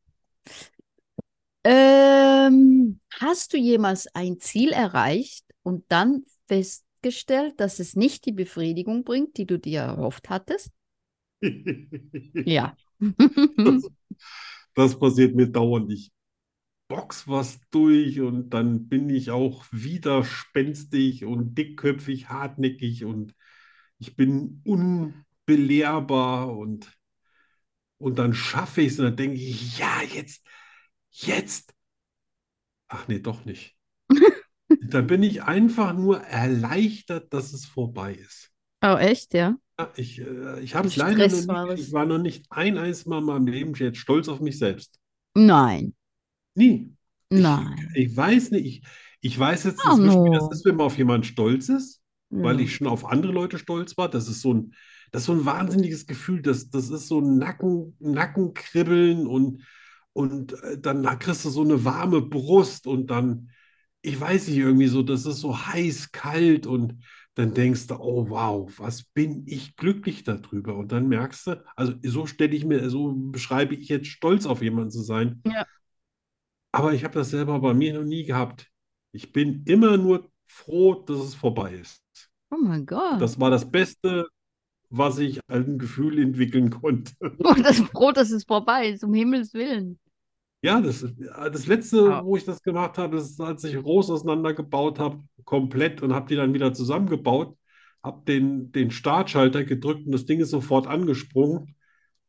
Ähm, hast du jemals ein Ziel erreicht und dann festgestellt, dass es nicht die Befriedigung bringt, die du dir erhofft hattest? Ja. Das, das passiert mir dauernd. Ich box was durch und dann bin ich auch widerspenstig und dickköpfig, hartnäckig und ich bin unbelehrbar und, und dann schaffe ich es und dann denke ich, ja, jetzt, jetzt. Ach nee, doch nicht. Dann bin ich einfach nur erleichtert, dass es vorbei ist. Oh, echt, ja? Ja, Ich, äh, ich habe Im es leider Stress noch war nicht, es. ich war noch nicht ein einziges Mal in meinem Leben jetzt stolz auf mich selbst. Nein, Nie. Ich, nein. ich weiß nicht, ich, ich weiß jetzt Oh, inzwischen, wie das no. ist, wenn man auf jemanden stolz ist, weil Ja. ich schon auf andere Leute stolz war. Das ist so ein, das ist so ein wahnsinniges Gefühl. Das, das ist so ein Nacken, Nackenkribbeln und, und äh, dann kriegst du so eine warme Brust und dann, ich weiß nicht, irgendwie so, das ist so heiß, kalt und dann denkst du, oh wow, was bin ich glücklich darüber? Und dann merkst du, also so stelle ich mir, so beschreibe ich jetzt stolz auf jemanden zu sein. Ja. Aber ich habe das selber bei mir noch nie gehabt. Ich bin immer nur froh, dass es vorbei ist. Oh mein Gott. Das war das Beste, was ich als ein Gefühl entwickeln konnte. Und das Brot, das ist vorbei, ist, um Himmels Willen. Ja, das, das Letzte, Ah. wo ich das gemacht habe, ist, als ich Rose auseinandergebaut habe, komplett und habe die dann wieder zusammengebaut, habe den, den Startschalter gedrückt und das Ding ist sofort angesprungen.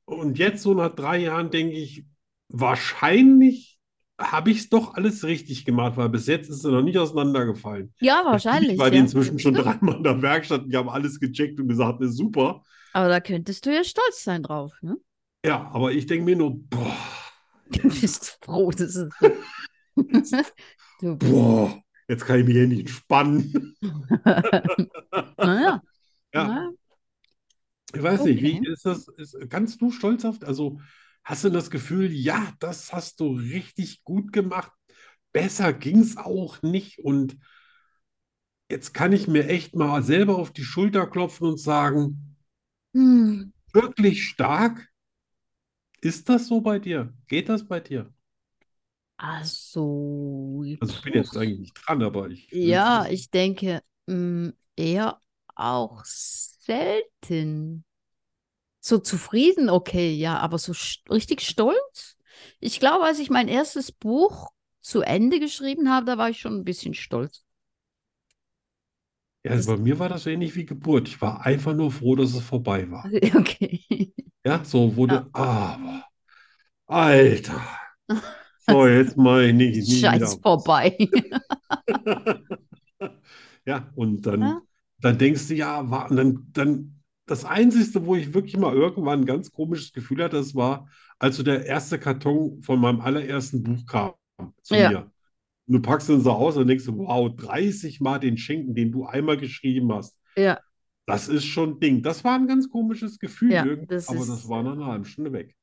Und jetzt, so nach drei Jahren, denke ich, wahrscheinlich habe ich es doch alles richtig gemacht, weil bis jetzt ist er noch nicht auseinandergefallen. Ja, wahrscheinlich. Weil die ja. inzwischen schon dreimal in der Werkstatt und die haben alles gecheckt und gesagt, ist super. Aber da könntest du ja stolz sein drauf, ne? Ja, aber ich denke mir nur, boah, Du bist froh, das ist. du bist. boah, jetzt kann ich mich hier nicht entspannen. Naja. Ja. Na, Ich weiß nicht, wie Okay. ist das? Ist, kannst du stolzhaft, also hast du das Gefühl, ja, das hast du richtig gut gemacht. Besser ging's auch nicht. Und jetzt kann ich mir echt mal selber auf die Schulter klopfen und sagen, hm. wirklich stark? Ist das so bei dir? Geht das bei dir? Also, Also ich bin jetzt eigentlich nicht dran, aber ich will's Ja, wissen. ah, ich denke, mm, eher auch selten. So zufrieden, okay, ja, aber so st- richtig stolz? Ich glaube, als ich mein erstes Buch zu Ende geschrieben habe, da war ich schon ein bisschen stolz. Ja, also bei mir war das so ähnlich wie Geburt. Ich war einfach nur froh, dass es vorbei war. Okay. Ja, so Ja. wurde, aber, Alter. So, jetzt mache ich nicht, nie Scheiß wieder. vorbei. Ja, und dann, Ja. dann denkst du, ja, war, und dann, dann, das Einzige, wo ich wirklich mal irgendwann ein ganz komisches Gefühl hatte, das war, als so der erste Karton von meinem allerersten Buch kam zu Ja. mir. Und du packst ihn so aus und denkst, so, wow, 30 Mal den Schinken, den du einmal geschrieben hast. Ja. Das ist schon ein Ding. Das war ein ganz komisches Gefühl Ja, irgendwie, das aber ist- das war nach einer halben Stunde weg.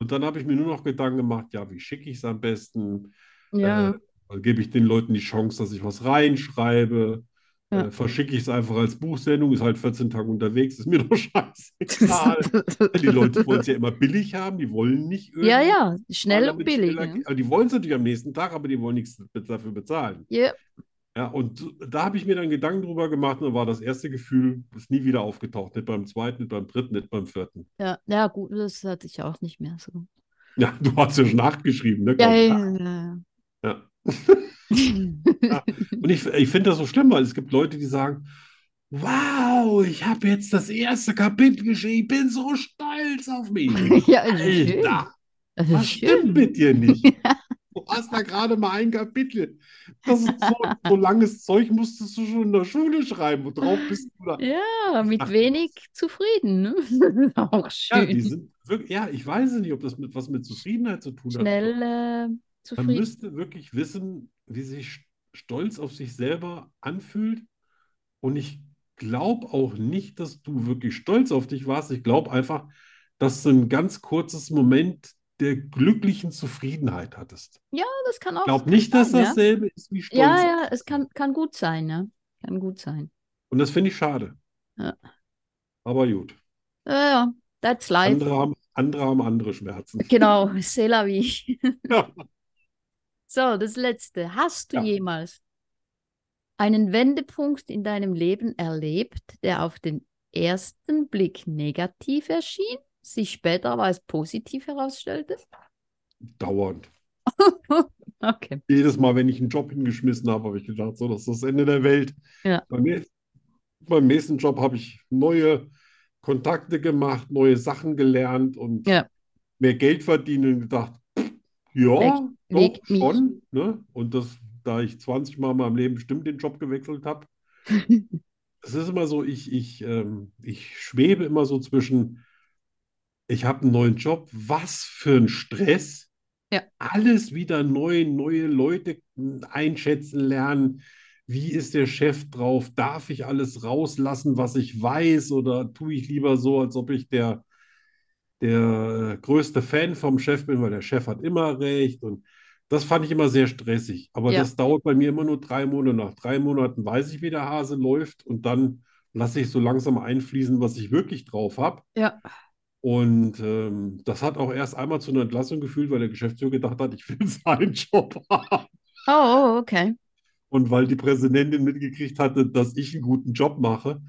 Und dann habe ich mir nur noch Gedanken gemacht, ja, wie schicke ich es am besten? Ja, Äh, gebe ich den Leuten die Chance, dass ich was reinschreibe? Ja. Äh, verschicke ich es einfach als Buchsendung? Ist halt 14 Tage unterwegs, ist mir doch scheißegal. die Leute wollen es ja immer billig haben, die wollen nicht irgendwie. ja, ja, schnell und damit billig. schneller ne? geht. Also die wollen es natürlich am nächsten Tag, aber die wollen nichts dafür bezahlen. Ja, Ja, und so- da habe ich mir dann Gedanken drüber gemacht und dann war das erste Gefühl, ist nie wieder aufgetaucht. Nicht beim zweiten, nicht beim dritten, nicht beim vierten. ja, ja, gut, das hatte ich auch nicht mehr so. Ja, du hast ja schon nachgeschrieben, ne? Ja, glaub ich. ja, Ja. ja. Und ich, ich finde das so schlimm, weil es gibt Leute, die sagen, wow, ich habe jetzt das erste Kapitel geschrieben, ich bin so stolz auf mich. Ja, also schön. Alter, Also was stimmt schön. mit dir nicht? Du hast da gerade mal ein Kapitel. Das ist so, so langes Zeug musstest du schon in der Schule schreiben. Und drauf bist du da. Ja, mit Ach, wenig zufrieden. Ne? Auch Ja, die schön. sind wirklich, ja, ich weiß nicht, ob das mit was mit Zufriedenheit zu tun hat. Schnell äh, Man zufrieden. müsste wirklich wissen, wie sich Stolz auf sich selber anfühlt. Und ich glaube auch nicht, dass du wirklich stolz auf dich warst. Ich glaube einfach, dass du ein ganz kurzes Moment der glücklichen Zufriedenheit hattest. Ja, das kann auch. Ich glaube nicht, dass sein, ja. dasselbe ist wie Stolz. ja, ja, es kann, kann gut sein. Ne? Kann gut sein. Und das finde ich schade. Ja. Aber gut. Ja, ja, that's life. Andere haben, andere haben andere Schmerzen. Genau, c'est la vie. Ja. So, das letzte. Hast du Ja. jemals einen Wendepunkt in deinem Leben erlebt, der auf den ersten Blick negativ erschien, sich später aber als positiv herausstellte? Dauernd. Okay. Jedes Mal, wenn ich einen Job hingeschmissen habe, habe ich gedacht, so, das ist das Ende der Welt. Ja. Beim, nä- beim nächsten Job habe ich neue Kontakte gemacht, neue Sachen gelernt und Ja. mehr Geld verdient und gedacht, pff, ja, Weg- doch, Weg mich. schon. Ne? Und das, da ich 20 Mal in meinem Leben bestimmt den Job gewechselt habe, es ist immer so, ich, ich, ähm, ich schwebe immer so zwischen, ich habe einen neuen Job, was für ein Stress. Ja. Alles wieder neu, neue Leute einschätzen lernen. Wie ist der Chef drauf? Darf ich alles rauslassen, was ich weiß? Oder tue ich lieber so, als ob ich der, der größte Fan vom Chef bin, weil der Chef hat immer recht. Und das fand ich immer sehr stressig. Aber Ja. das dauert bei mir immer nur drei Monate. Nach drei Monaten weiß ich, wie der Hase läuft. Und dann lasse ich so langsam einfließen, was ich wirklich drauf habe. Ja. Und ähm, das hat auch erst einmal zu einer Entlassung geführt, weil der Geschäftsführer gedacht hat, ich will seinen Job haben. Oh, okay. Und weil die Präsidentin mitgekriegt hatte, dass ich einen guten Job mache.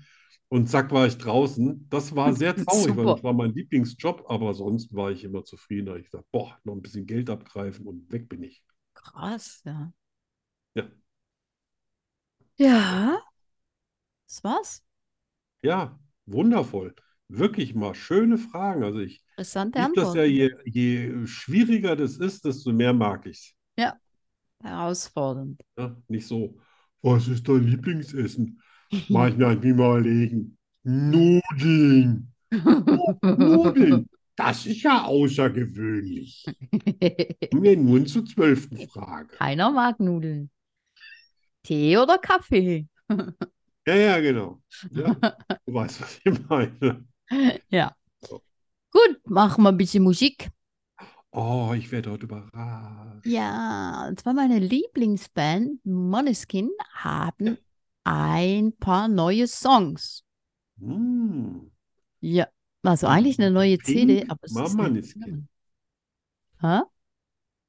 Und zack, war ich draußen. Das war sehr traurig, weil Super. das war mein Lieblingsjob, aber sonst war ich immer zufrieden. Da hab Ich dachte, boah, noch ein bisschen Geld abgreifen und weg bin ich. Krass, ja. Ja. Ja. Das war's. Ja, wundervoll. Wirklich mal schöne Fragen. Also ich Interessante Lieb das ja, Antworten. je, je schwieriger das ist, desto mehr mag ich es. Herausfordernd. Ja? Nicht so, was ist dein Lieblingsessen? Manchmal wie mal legen. Nudeln. Nudeln. Das ist ja außergewöhnlich. Kommen wir nun zur zwölften Frage. Keiner mag Nudeln. Tee oder Kaffee? Ja, ja, genau. Ja, du weißt, was ich meine. Ja. Gut, machen wir ein bisschen Musik. Oh, ich werde heute überrascht. Ja, und zwar meine Lieblingsband Måneskin haben ein paar neue Songs. Hm. Ja, also eigentlich eine neue CD, Pink, aber es mal ist nicht Måneskin. gegangen. Hä?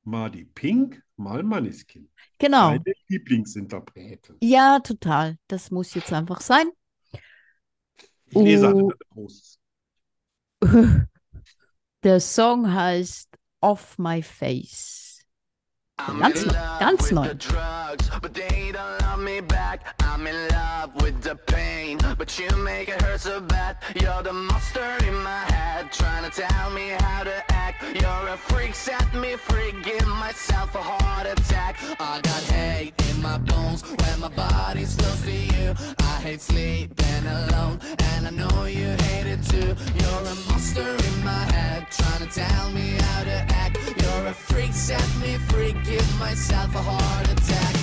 Mal die Pink, mal Manneskin. Genau. Deine Lieblingsinterpreten. Ja, total. Das muss jetzt einfach sein. Ich lese alle Oh. deine Posts. Der Song heißt Off My Face. Ganz neu, ganz neu. But they don't love me back. I'm in love with the pain. But you make it hurt so bad. You're the monster in my head. Trying to tell me how to act. You're a freak, set me free. Give myself a heart attack. I got hate in my bones when my body's close to you. I hate sleeping alone. And I know you hate it too. You're a monster in my head. Trying to tell me how to act. You're a freak, set me free. Give myself a heart attack.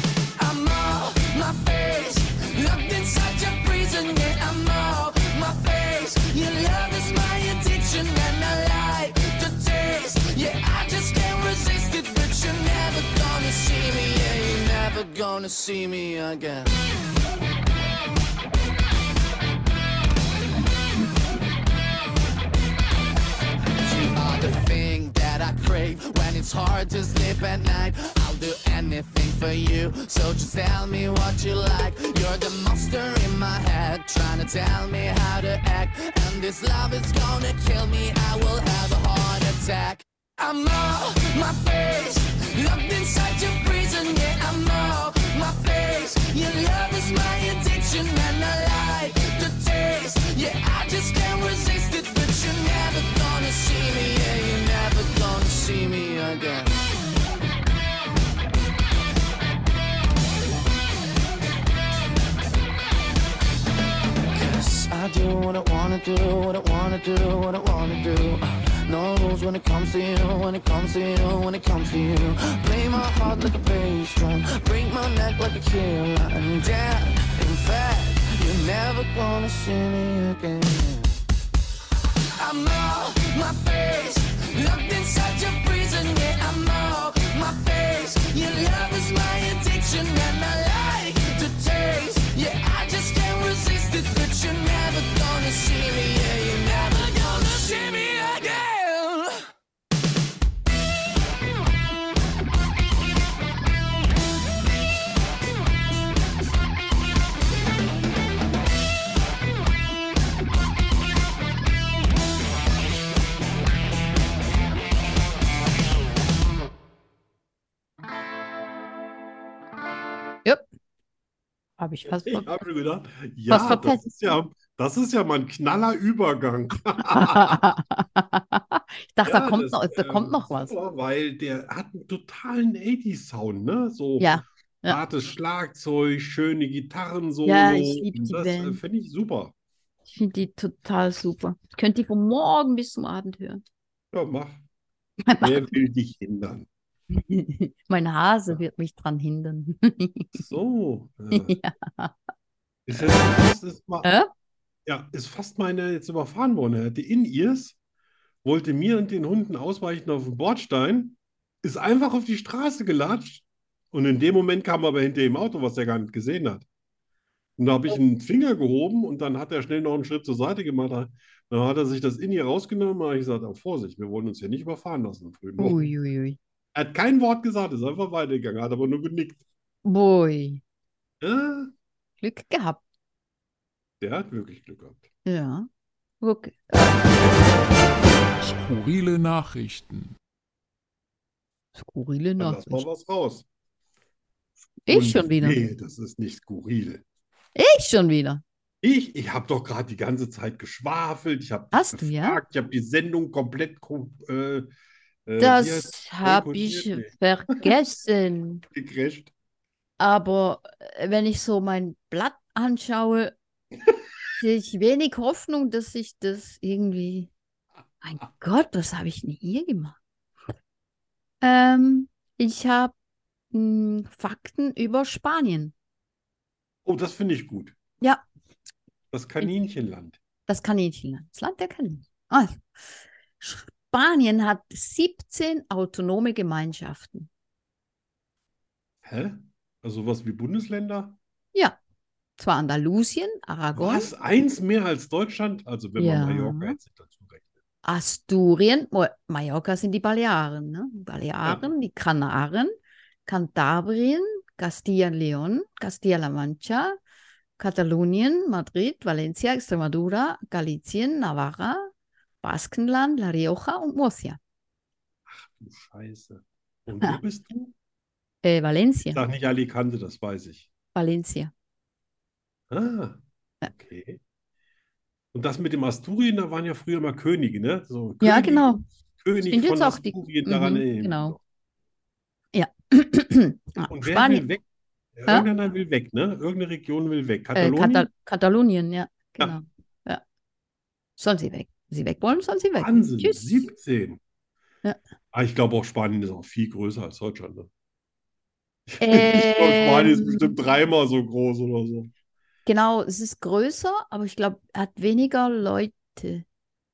I'm off my face, locked inside your prison. Yeah, I'm off my face. Your love is my addiction, and I like the taste. Yeah, I just can't resist it, but you're never gonna see me. Yeah, you're never gonna see me again. You are the thing that I crave when it's hard to sleep at night. I'll do anything for you, so just tell me what you like. You're the monster in my head, trying to tell me how to act. And this love is gonna kill me, I will have a heart attack. I'm off my face, locked inside your prison. Yeah, I'm off my face. Your love is my addiction, and I like the taste. Yeah, I just can't resist it, but you're never gonna see me. Yeah, you're never gonna see me again. Yes, I do what I wanna do, what I wanna do, what I wanna do. No rules when it comes to you, when it comes to you, when it comes to you. Play my heart like a bass drum, break my neck like a killer. And dead, in fact, you're never gonna see me again. I'm off my face, locked inside your prison. Yeah, I'm off my face. Your love is my addiction, and I like the taste. Yeah, I just can't resist it, but you're never gonna see me. Yeah, you're never gonna see me again. Habe ich fast Ich vergessen. habe schon gedacht, ja, das verpasst. ist ja, das ist ja mal ein knaller Übergang. Ich dachte, da Ja, kommt das, noch, da kommt ähm, noch was. super, weil der hat einen totalen 80s-Sound, ne? So Ja, ja. hartes Schlagzeug, schöne Gitarren-Solo. Ja, ich lieb Und die das Band. finde ich super. ich finde die total super. Ich könnte die von morgen bis zum Abend hören. Ja, mach. Wer will dich hindern? Mein Hase wird mich dran hindern. So. Ja. Ja. Ist jetzt fast, ist mal, Hä? ja, ist fast meine jetzt überfahren worden. Er hatte In-Ears, wollte mir und den Hunden ausweichen auf den Bordstein, ist einfach auf die Straße gelatscht und in dem Moment kam aber hinter dem Auto, was er gar nicht gesehen hat. Und da habe ich einen Finger gehoben und dann hat er schnell noch einen Schritt zur Seite gemacht. Dann hat er sich das In-Ear rausgenommen und habe ich gesagt: oh, Vorsicht, wir wollen uns hier nicht überfahren lassen. am frühen Morgen. Uiuiui. Er hat kein Wort gesagt, ist einfach weitergegangen, hat aber nur genickt. Boi. Ja, Glück gehabt. der hat wirklich Glück gehabt. Ja. Guck. Skurrile Nachrichten. Skurrile Dann lass mal Nachricht. was raus. Ich Und schon wieder. Nee, das ist nicht skurril. Ich schon wieder. Ich, ich habe doch gerade die ganze Zeit geschwafelt. Ich habe Hast du, ja? Ich habe die Sendung komplett. ko- Äh, äh, wie heißt- Das habe ich konkurriert nicht. vergessen. gecrasht. Aber äh, wenn ich so mein Blatt anschaue, sehe ich wenig Hoffnung, dass ich das irgendwie. Mein Gott, was habe ich denn hier gemacht? Ähm, ich habe mh, Fakten über Spanien, Oh, das finde ich gut. Ja. Das Kaninchenland. das Kaninchenland, das Land der Kaninchen. Also, Spanien hat 17 autonome Gemeinschaften. Hä? Also was wie Bundesländer? Zwar Andalusien, Aragon, Was? Eins mehr als Deutschland? Also wenn Ja. man Mallorca jetzt nicht dazu rechnet. Asturien, Mo- Mallorca sind die Balearen, ne? Die Balearen, die Kanaren, Kantabrien, Castilla-León, Castilla-La Mancha, Katalonien, Madrid, Valencia, Extremadura, Galicien, Navarra, Baskenland, La Rioja und Murcia. Du Scheiße. Und Ha. wo bist du? Äh, Valencia, Sag nicht Alicante, das weiß ich. Valencia. Ah, Ja. okay. Und das mit dem Asturien, da waren ja früher mal Könige, ne? So Ja, König, genau. König Sind jetzt von auch die- Asturien, daran Mhm, erinnere ich mich genau. noch. Ah, Und wer will Spanien, weg? Irgendeiner will weg, ne? Irgendeine Region will weg. äh, Katalonien? Ah. Katal- Katalonien, ja, Ja. genau. Ja. Sollen sie weg? Sie weg wollen, sollen sie weg. Wahnsinn, Tschüss. 17. Ja. Aber ich glaube auch, Spanien ist auch viel größer als Deutschland. Ne? Ich glaube, Spanien ist Ähm, bestimmt dreimal so groß oder so. Genau, es ist größer, aber ich glaube, er hat weniger Leute.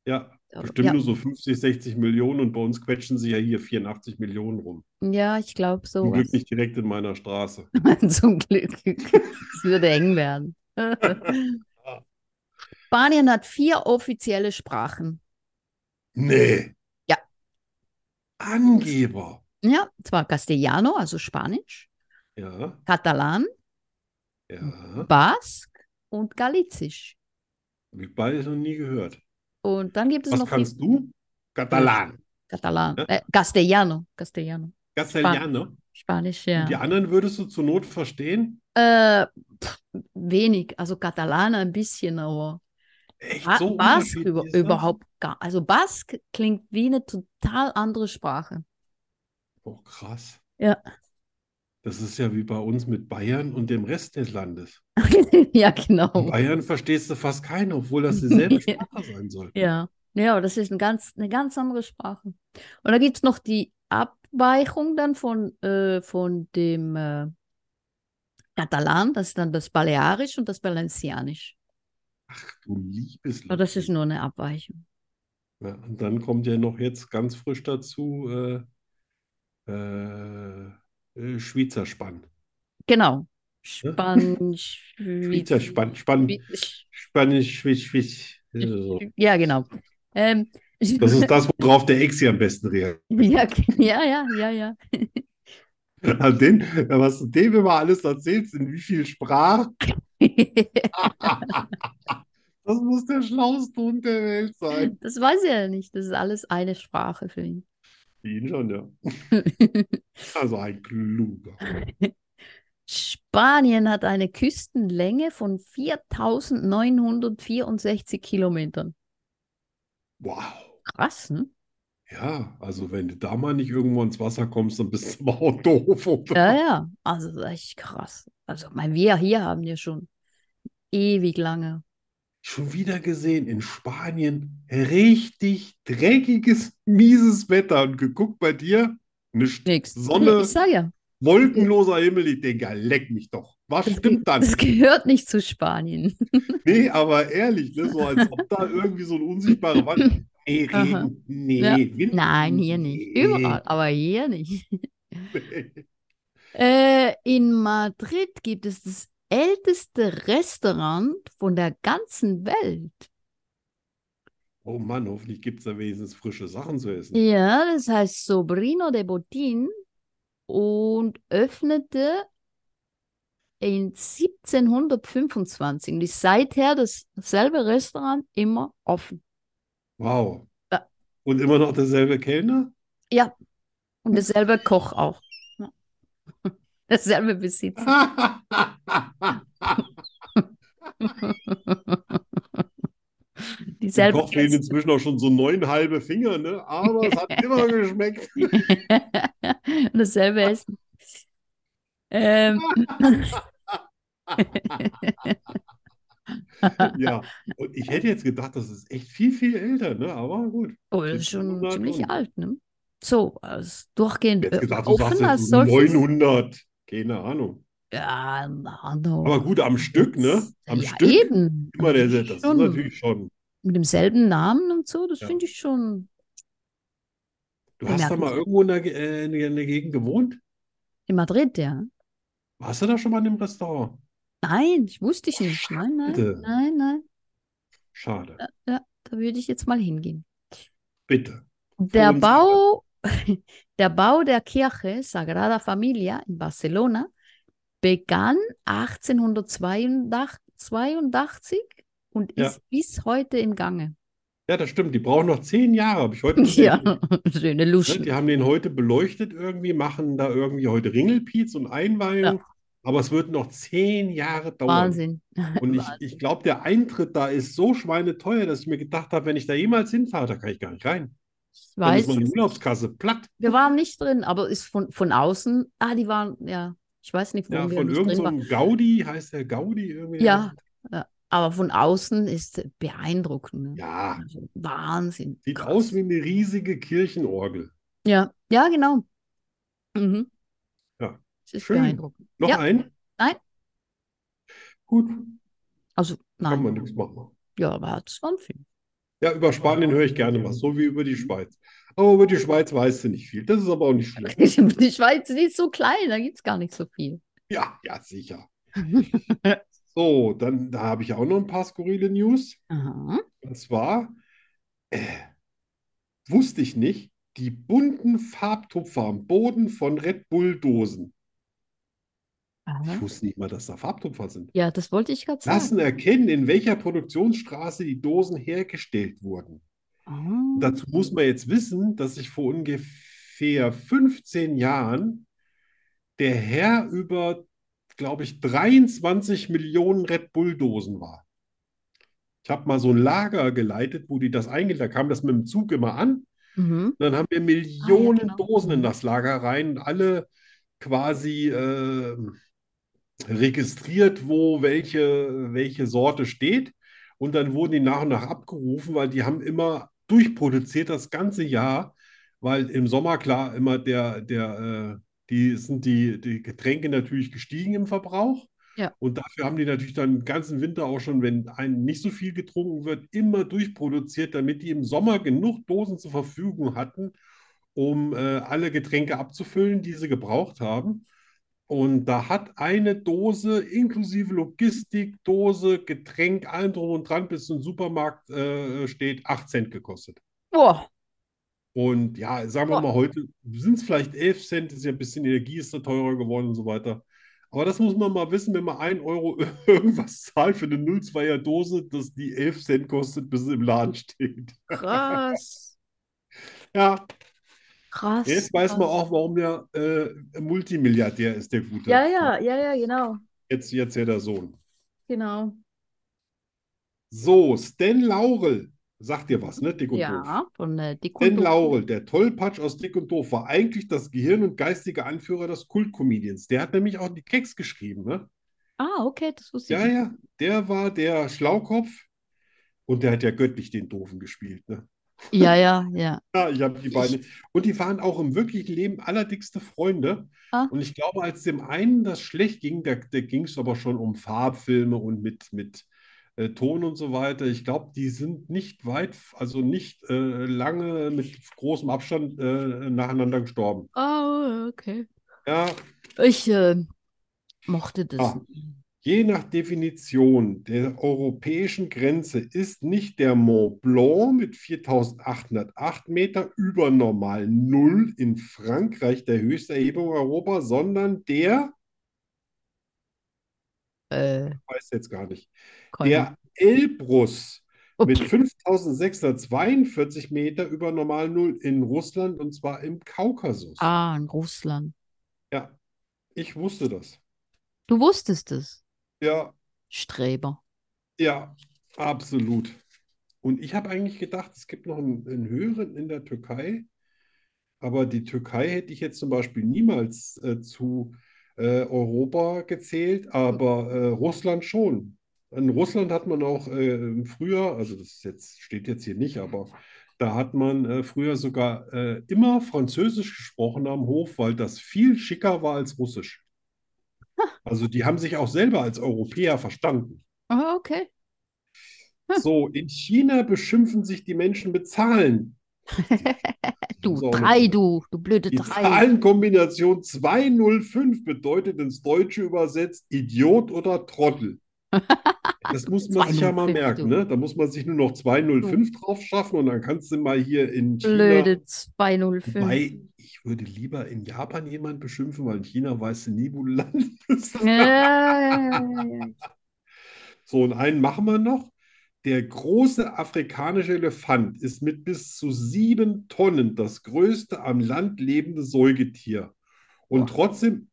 Ja, Aber- bestimmt ja, nur so 50, 60 Millionen und bei uns quetschen sie ja hier 84 Millionen rum. ja, ich glaube Zum sowas. Glück nicht direkt in meiner Straße. Zum Glück. Es würde eng werden. Spanien hat vier offizielle Sprachen. Nee. Ja. Angeber. Ja, zwar Castellano, also Spanisch, Ja, Katalan, ja. Bask und Galizisch. Hab ich beides noch nie gehört. Und dann gibt es Was noch die kannst du? Katalan. Katalan, Ja. äh, Castellano, Castellano, Castellano. Spanisch, Und ne? die ja. anderen würdest du zur Not verstehen? Äh, pff, wenig, also Katalan ein bisschen, aber. Echt Ba so Bask unterschiedlich über ist das? überhaupt gar. Also Bask klingt wie eine total andere Sprache. Oh, krass. Ja. Das ist ja wie bei uns mit Bayern und dem Rest des Landes. ja, In genau. Bayern verstehst du fast keinen, obwohl das dieselbe Sprache sein soll. Ja. Ja, aber das ist ein ganz, eine ganz andere Sprache. Und da gibt es noch die Abweichung dann von, äh, von dem äh, Katalan, das ist dann das Balearisch und das Valencianisch. Du liebes Aber Oh, das ist Leben. nur eine Abweichung. Ja, und dann kommt ja noch jetzt ganz frisch dazu äh, äh, äh, Schweizer Spann. Genau. Spanisch. Schweizer Spann, Spann, Spanisch, Schweiz, Schweiz. So. Ja, genau. Ähm, Das ist das, worauf der Exi am besten reagiert. ja, ja, ja, ja, ja. An den, was du dem immer alles erzählst, in wie viel Sprach, das muss der schlauste Hund der Welt sein. Das weiß er ja nicht. Das ist alles eine Sprache für ihn. Für Ihn schon, ja. Also ein kluger. Spanien hat eine Küstenlänge von 4964 Kilometern. Wow. Krass, ne? Ja, also wenn du da mal nicht irgendwo ins Wasser kommst, dann bist du aber auch doof, oder? Ja, ja. Also das ist echt krass. Also, ich meine, wir hier haben ja schon ewig lange. Schon wieder gesehen in Spanien richtig dreckiges, mieses Wetter und geguckt bei dir nicht Nix. Sonne. Ich sag ja, wolkenloser Himmel. Ich denke, leck mich doch. Was das, stimmt dann? das gehört nicht zu Spanien. Nee, aber ehrlich, ne, so als ob da irgendwie so eine unsichtbare Wand. Nee, Aha. Regen, nee, Ja. Wind, Nein, hier nicht. nee. Überall, aber hier nicht. Äh, in Madrid gibt es das älteste Restaurant von der ganzen Welt. Oh Mann, hoffentlich gibt es da wenigstens frische Sachen zu essen. Ja, das heißt Sobrino de Botín und öffnete in 1725 und ist seither dasselbe Restaurant immer offen. Wow. Ja. Und immer noch derselbe Kellner? Und derselbe Koch auch. Ja. Derselbe Besitzer. Im Dieselbe Koch fehlen inzwischen auch schon so neun halbe Finger, ne? Aber es hat immer geschmeckt. Essen. Dasselbe Essen. Ähm, Ja. Und ich hätte jetzt gedacht, das ist echt viel, viel älter, ne? Aber gut. oh, das ist schon ziemlich alt, ne? So, als durchgehend Jetzt äh, gedacht, du sagst offen als jetzt solches. 900. Keine Ahnung. Ja, na, no. Aber gut, am Stück, ne? Am ja, Stück. eben. Immer der, das ist Schon. natürlich schon. Mit demselben Namen und so, das Ja. finde ich schon. Du hast da mal Bemerkenswert. irgendwo in der, Ge- äh, in der- in der Gegend gewohnt? In Madrid, ja. Warst du da schon mal in einem Restaurant? Nein, ich wusste ich nicht. Nein, nein, Schade. nein, nein. Schade. Da würde ich jetzt mal hingehen. Bitte. Der uns Bau, der Bau der Kirche Sagrada Familia in Barcelona begann 1882 und Ja. ist bis heute im Gange. Ja, das stimmt. Die brauchen noch zehn Jahre, habe ich heute Ja, gesehen. schöne Ne? Luschen. Die haben den heute beleuchtet irgendwie, machen da irgendwie heute Ringelpiez und Einweihung. Aber es wird noch zehn Jahre dauern. Wahnsinn. Und ich, ich glaube, der Eintritt da ist so schweineteuer, dass ich mir gedacht habe, wenn ich da jemals hinfahre, da kann ich gar nicht rein. Ich Dann ist weiß, meine Urlaubskasse platt. wir waren nicht drin, aber ist von, von außen. Ah, die waren, ja, ich weiß nicht, Ja, warum wir von nicht irgendeinem drin waren. Gaudi, heißt der Gaudi irgendwie? Ja, Aber von außen ist beeindruckend. ne? Ja, Also Wahnsinn. sieht krass. aus wie eine riesige Kirchenorgel. Ja, ja, genau. Mhm. Ja, Es ist schön. beeindruckend. Noch Ja. ein? Nein. Gut, Also, kann man nein. nichts machen. Ja, aber es war ein Film. Ja, über Spanien höre ich gerne was, so wie über die Schweiz. Aber über die Schweiz weißt du nicht viel. Das ist aber auch nicht schlimm. Die Schweiz die ist so klein, da gibt es gar nicht so viel. Ja, ja, sicher. So, dann da habe ich auch noch ein paar skurrile News. Aha. Und zwar äh, wusste ich nicht, die bunten Farbtupfer am Boden von Red Bull-Dosen. Ich Aha. wusste nicht mal, dass da Farbtupfer sind. Ja, das wollte ich gerade sagen. Lassen erkennen, in welcher Produktionsstraße die Dosen hergestellt wurden. Und Ah. Dazu muss man jetzt wissen, dass sich vor ungefähr 15 Jahren der Herr über, glaube ich, 23 Millionen Red Bull-Dosen war. Ich habe mal so ein Lager geleitet, wo die das eingelagert haben, Da kam das mit dem Zug immer an. Mhm. Und dann haben wir Millionen genau. Dosen in das Lager rein und alle quasi ähm, registriert, wo welche, welche Sorte steht. Und dann wurden die nach und nach abgerufen, weil die haben immer durchproduziert das ganze Jahr, weil im Sommer klar immer der, der, äh, die sind die, die Getränke natürlich gestiegen im Verbrauch. Ja. Und dafür haben die natürlich dann den ganzen Winter auch schon, wenn ein nicht so viel getrunken wird, immer durchproduziert, damit die im Sommer genug Dosen zur Verfügung hatten, um äh, alle Getränke abzufüllen, die sie gebraucht haben. Und da hat eine Dose inklusive Logistik, Dose, Getränk, allem drum und dran bis zum Supermarkt äh, steht, 8 Cent gekostet. Boah. Und ja, sagen wir Boah. mal, heute sind es vielleicht 11 Cent, ist ja ein bisschen Energie ist da teurer geworden und so weiter. Aber das muss man mal wissen, wenn man 1 Euro irgendwas zahlt für eine 0,2er Dose, dass die 11 Cent kostet, bis es im Laden steht. Krass. Ja, Krass. jetzt weiß man krass. auch, warum der äh, Multimilliardär ist, der Gute. Ja, ja, ja, ja, genau. Jetzt, jetzt ja der Sohn. Genau. So, Stan Laurel, sagt dir was, ne? Dick und doof. Ja, von äh, Dick und Stan Doof. Laurel, der Tollpatsch aus Dick und Doof, war eigentlich das Gehirn und geistige Anführer des Kult-Comedians. Der hat nämlich auch die Gags geschrieben, ne? Ah, okay, das wusste ich Ja, nicht. ja, der war der Schlaukopf und der hat ja göttlich den Doofen gespielt, ne? Ja, ja, ja. Ja, ich habe die beiden. Und die waren auch im wirklichen Leben allerdickste Freunde. Ah. Und ich glaube, als dem einen das schlecht ging, da, da ging es aber schon um Farbfilme und mit, mit äh, Ton und so weiter. Ich glaube, die sind nicht weit, also nicht äh, lange mit großem Abstand äh, nacheinander gestorben. Ah, okay. Ja, Ich äh, mochte das. Ah. nie. je nach Definition der europäischen Grenze ist nicht der Mont Blanc mit 4808 Meter über normal Null in Frankreich der höchste Erhebung Europas, sondern der. Äh, weiß jetzt gar nicht. keine Der Elbrus Oh, mit 5642 Meter über normal Null in Russland und zwar im Kaukasus. Ah, in Russland. Ja, ich wusste das. Du wusstest es, Ja, Streber. Ja, absolut. Und ich habe eigentlich gedacht, es gibt noch einen, einen höheren in der Türkei, aber die Türkei hätte ich jetzt zum Beispiel niemals äh, zu äh, Europa gezählt, aber äh, Russland schon. In Russland hat man auch äh, früher, also das ist jetzt, steht jetzt hier nicht, aber da hat man äh, früher sogar äh, immer Französisch gesprochen am Hof, weil das viel schicker war als Russisch. Also die haben sich auch selber als Europäer verstanden. Ah, okay. Hm. So, in China beschimpfen sich die Menschen mit Zahlen. Du, So, eine- drei, du, du blöde Die drei. Zahlenkombination 205 bedeutet ins Deutsche übersetzt Idiot oder Trottel. Das muss man sich ja mal 205, merken, du. ne? Da muss man sich nur noch 205 drauf schaffen und dann kannst du mal hier in China. Blöde 205. Wobei, ich würde lieber in Japan jemand beschimpfen, weil in China weißt du nie, wo du landest. Ja, ja, ja, ja, ja. So, und einen machen wir noch. Der große afrikanische Elefant ist mit bis zu sieben Tonnen das größte am Land lebende Säugetier. Und trotzdem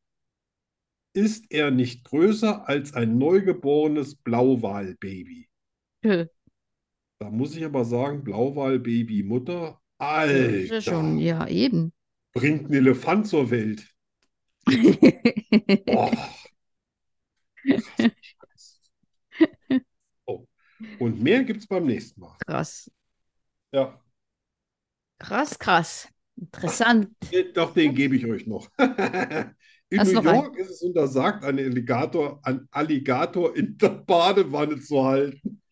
ist er nicht größer als ein neugeborenes Blauwalbaby. Tö, Da muss ich aber sagen, Blauwalbaby Mutter, ist ja schon, Alter, ja, eben. bringt einen Elefant zur Welt. Oh. Oh. Und mehr gibt es beim nächsten Mal. krass, Ja. krass, krass. Interessant. Äh, Doch, den gebe ich euch noch. In Hast New noch einen? York ist es untersagt, einen Alligator, einen Alligator in der Badewanne zu halten.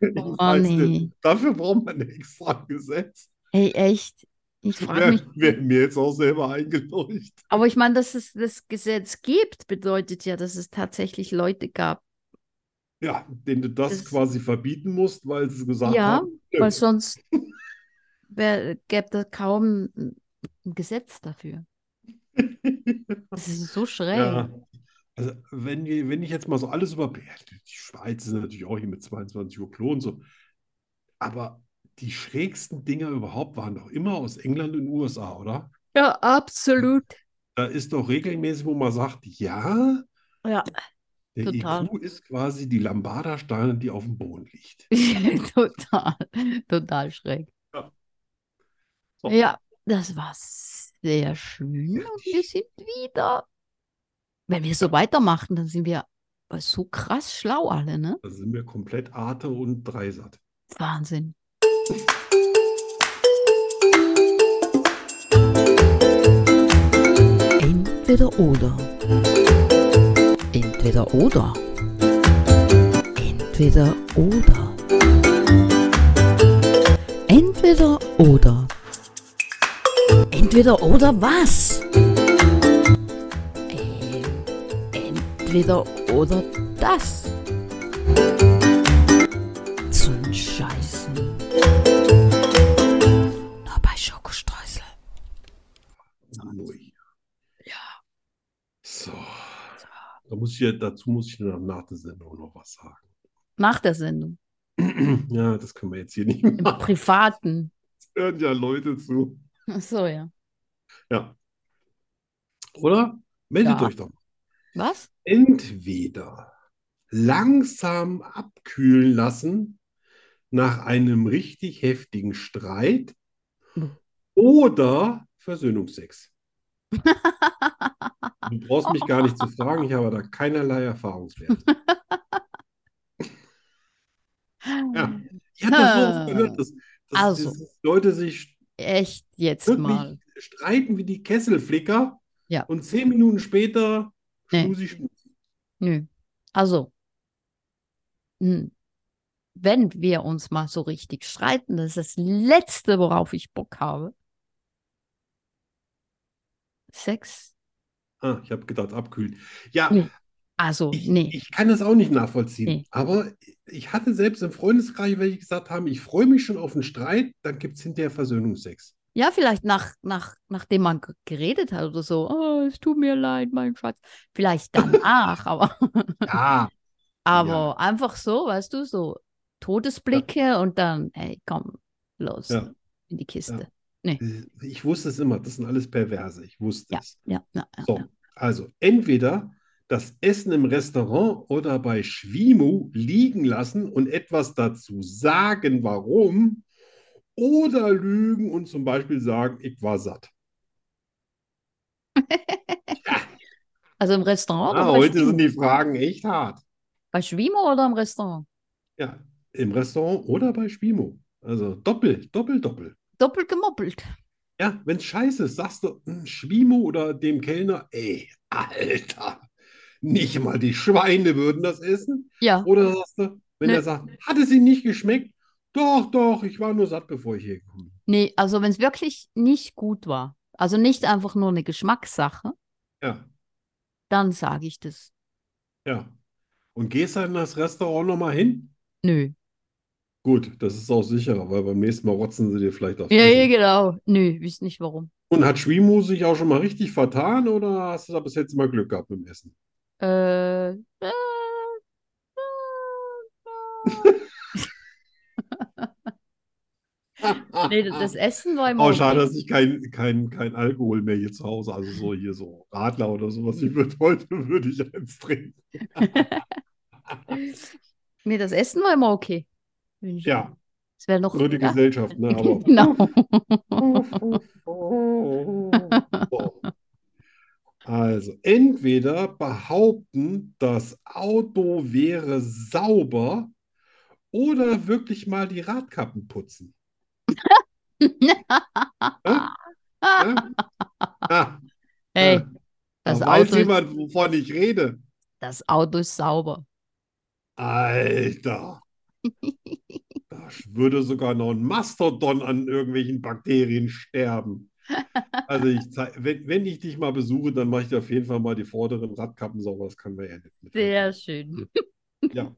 Ich Oh, weiß nee. nicht. Dafür braucht man extra ein Gesetz. Hey, echt. Ich frage mich, Wär- Wäre mir jetzt auch selber eingeleuchtet. aber ich meine, dass es das Gesetz gibt, bedeutet ja, dass es tatsächlich Leute gab. Ja, den du das Das- quasi verbieten musst, weil sie gesagt Ja, haben, nö. Weil sonst wär- gäbe da kaum ein ein Gesetz dafür. Das ist so schräg. Ja. Also, wenn, wir, wenn ich jetzt mal so alles über. Ja, Die Schweiz ist natürlich auch hier mit 22 Uhr Klo und so. Aber die schrägsten Dinger überhaupt waren doch immer aus England und USA, oder? Ja, absolut. Da ist doch regelmäßig, wo man sagt: Ja, Ja, der Total. IQ ist quasi die Lambada-Steine, die auf dem Boden liegt. total, total schräg. So. Ja, das war sehr schön. Und wir sind wieder. Wenn wir so weitermachen, dann sind wir so krass schlau alle, ne? Da sind wir komplett Arte und Dreisat. Wahnsinn. Entweder oder. Entweder oder. Entweder oder. Entweder oder. Entweder oder was? Ähm, entweder oder das. Zum Scheißen. Nur bei Schokostreusel. Neu. So. Da muss ich ja, dazu muss ich noch nach der Sendung noch was Nach der Sendung. sagen. Ja, das können wir jetzt hier nicht Im machen. Privaten. Hören ja Leute zu. Ach so, ja. Ja. Oder? Meldet Ja. euch doch. mal. Was? Entweder langsam abkühlen lassen nach einem richtig heftigen Streit Mhm. oder Versöhnungsex. Du brauchst mich gar nicht zu fragen, ich habe da keinerlei Erfahrungswert. Ja. Ich habe das so oft gehört, dass, dass, Äh. Also. dass Leute sich Echt jetzt wirklich mal. streiten wie die Kesselflicker Ja. und zehn Minuten später Nee. schmusi, schmusi. Nö. Also, n- wenn wir uns mal so richtig streiten, das ist das Letzte, worauf ich Bock habe. Sex? Ah, ich habe gedacht, abkühlen. Ja, Nee. Also, ich, nee. ich kann das auch nicht nachvollziehen. Nee. Aber ich hatte selbst im Freundeskreis, welche gesagt haben, ich freue mich schon auf einen Streit, dann gibt es hinterher Versöhnungsex. Ja, vielleicht nach, nach, nachdem man g- geredet hat oder so. Oh, es tut mir leid, mein Schatz. Vielleicht danach, aber, Ja, aber einfach so, weißt du, so Todesblicke und dann, hey, komm, los, Ja. in die Kiste. ich wusste es immer, das sind alles Perverse. Ich wusste es. Ja, ja, ja. So, also entweder das Essen im Restaurant oder bei Schwimu liegen lassen und etwas dazu sagen, warum, oder lügen und zum Beispiel sagen, ich war satt. Also im Restaurant Ah, oder bei, heute Schwimo? sind die Fragen echt hart. bei Schwimo oder im Restaurant? Ja, im Restaurant oder bei Schwimo. Also doppel, doppel, doppel. Doppelt gemoppelt. Ja, wenn's scheiße ist, sagst du hm, Schwimo oder dem Kellner, ey, Alter, nicht mal die Schweine würden das essen. Ja. Oder sagst du, wenn Nö. er sagt, hat es ihm nicht geschmeckt? Doch, doch, ich war nur satt, bevor ich hier gekommen bin. Nee, also wenn es wirklich nicht gut war, also nicht einfach nur eine Geschmackssache, Ja, dann sage ich das. ja. Und gehst dann in das Restaurant nochmal hin? Nö. Gut, das ist auch sicher, weil beim nächsten Mal rotzen sie dir vielleicht auf. Ja, ja, genau. Nö, wisst nicht warum. Und hat Schwimo sich auch schon mal richtig vertan oder hast du da bis jetzt immer Glück gehabt mit dem Essen? Äh, äh, äh, nee, das Essen war immer Oh, Ah, schade, okay. dass ich kein, kein, kein Alkohol mehr hier zu Hause, also so hier so Radler oder sowas. Mhm. Ich würde heute würde ich eins trinken. Nee, das Essen war immer okay. Wenn ich- Ja, Es wäre noch. so die ja, Gesellschaft, ne? Aber. Genau. So. Also, entweder behaupten, das Auto wäre sauber oder wirklich mal die Radkappen putzen. Ja? Ja? Ja. Hey, Ja. das Da weiß Auto, ist- jemand, wovon ich rede. das Auto ist sauber. Alter, da würde sogar noch ein Mastodon an irgendwelchen Bakterien sterben. Also ich zei- wenn, wenn ich dich mal besuche, dann mache ich dir auf jeden Fall mal die vorderen Radkappen sauber. Das kann man ja nicht mit Sehr schön. Ja.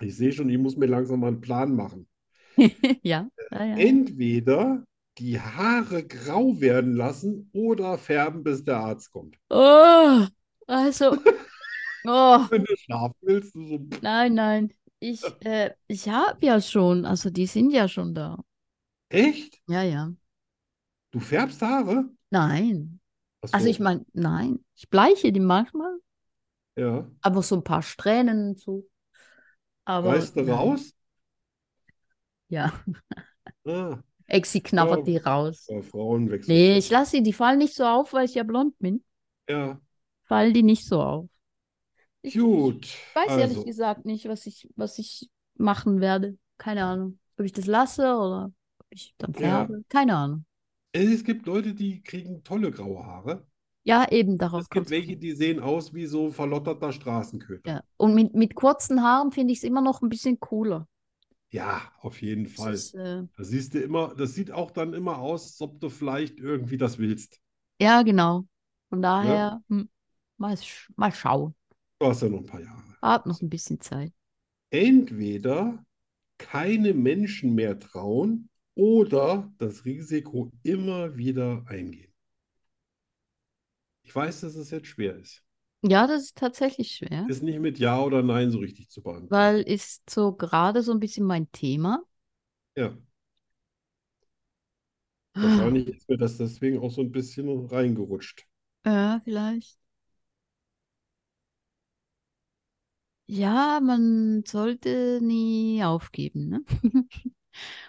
Ich sehe schon, ich muss mir langsam mal einen Plan machen. Ja, ja, ja. Entweder die Haare grau werden lassen oder färben, bis der Arzt kommt. Oh, also, oh, Wenn du schlafen willst, du so, nein, nein. Ich, äh, ich habe ja schon, also die sind ja schon da. echt? Ja, ja. Du färbst Haare? Nein. Ach Also so, ich meine, nein. Ich bleiche die manchmal, ja. aber so ein paar Strähnen und so. Aber Reißt du nein. raus? Ja. Ah. Exi knabbert Oh. Ja. die raus. Bei Frauen wechselt Nee, das. ich lasse die, die fallen nicht so auf, weil ich ja blond bin. Ja, Fallen die nicht so auf. Ich, ich gut. weiß ehrlich Also, gesagt nicht, was ich, was ich machen werde. Keine Ahnung. Ob ich das lasse oder ob ich dann Ja. färbe. Keine Ahnung. es gibt Leute, die kriegen tolle graue Haare. Ja, eben, darauf Es gibt kommt's an. welche, die sehen aus wie so verlotterter Straßenköter. Ja. Und mit, mit kurzen Haaren finde ich es immer noch ein bisschen cooler. Ja, auf jeden Das Fall. ist, äh, Das siehst du immer, das sieht auch dann immer aus, als ob du vielleicht irgendwie das willst. ja, genau. Von daher, hm, mal, sch- mal schauen. Du hast ja noch ein paar Jahre. Hab noch ein bisschen Zeit. Entweder keine Menschen mehr trauen oder das Risiko immer wieder eingehen. Ich weiß, dass es jetzt schwer ist. Ja, das ist tatsächlich schwer, Ist nicht mit Ja oder Nein so richtig zu beantworten. weil ist so gerade so ein bisschen mein Thema. Ja. Wahrscheinlich Ah. ist mir das deswegen auch so ein bisschen reingerutscht. Ja, vielleicht. Ja, man sollte nie aufgeben, ne?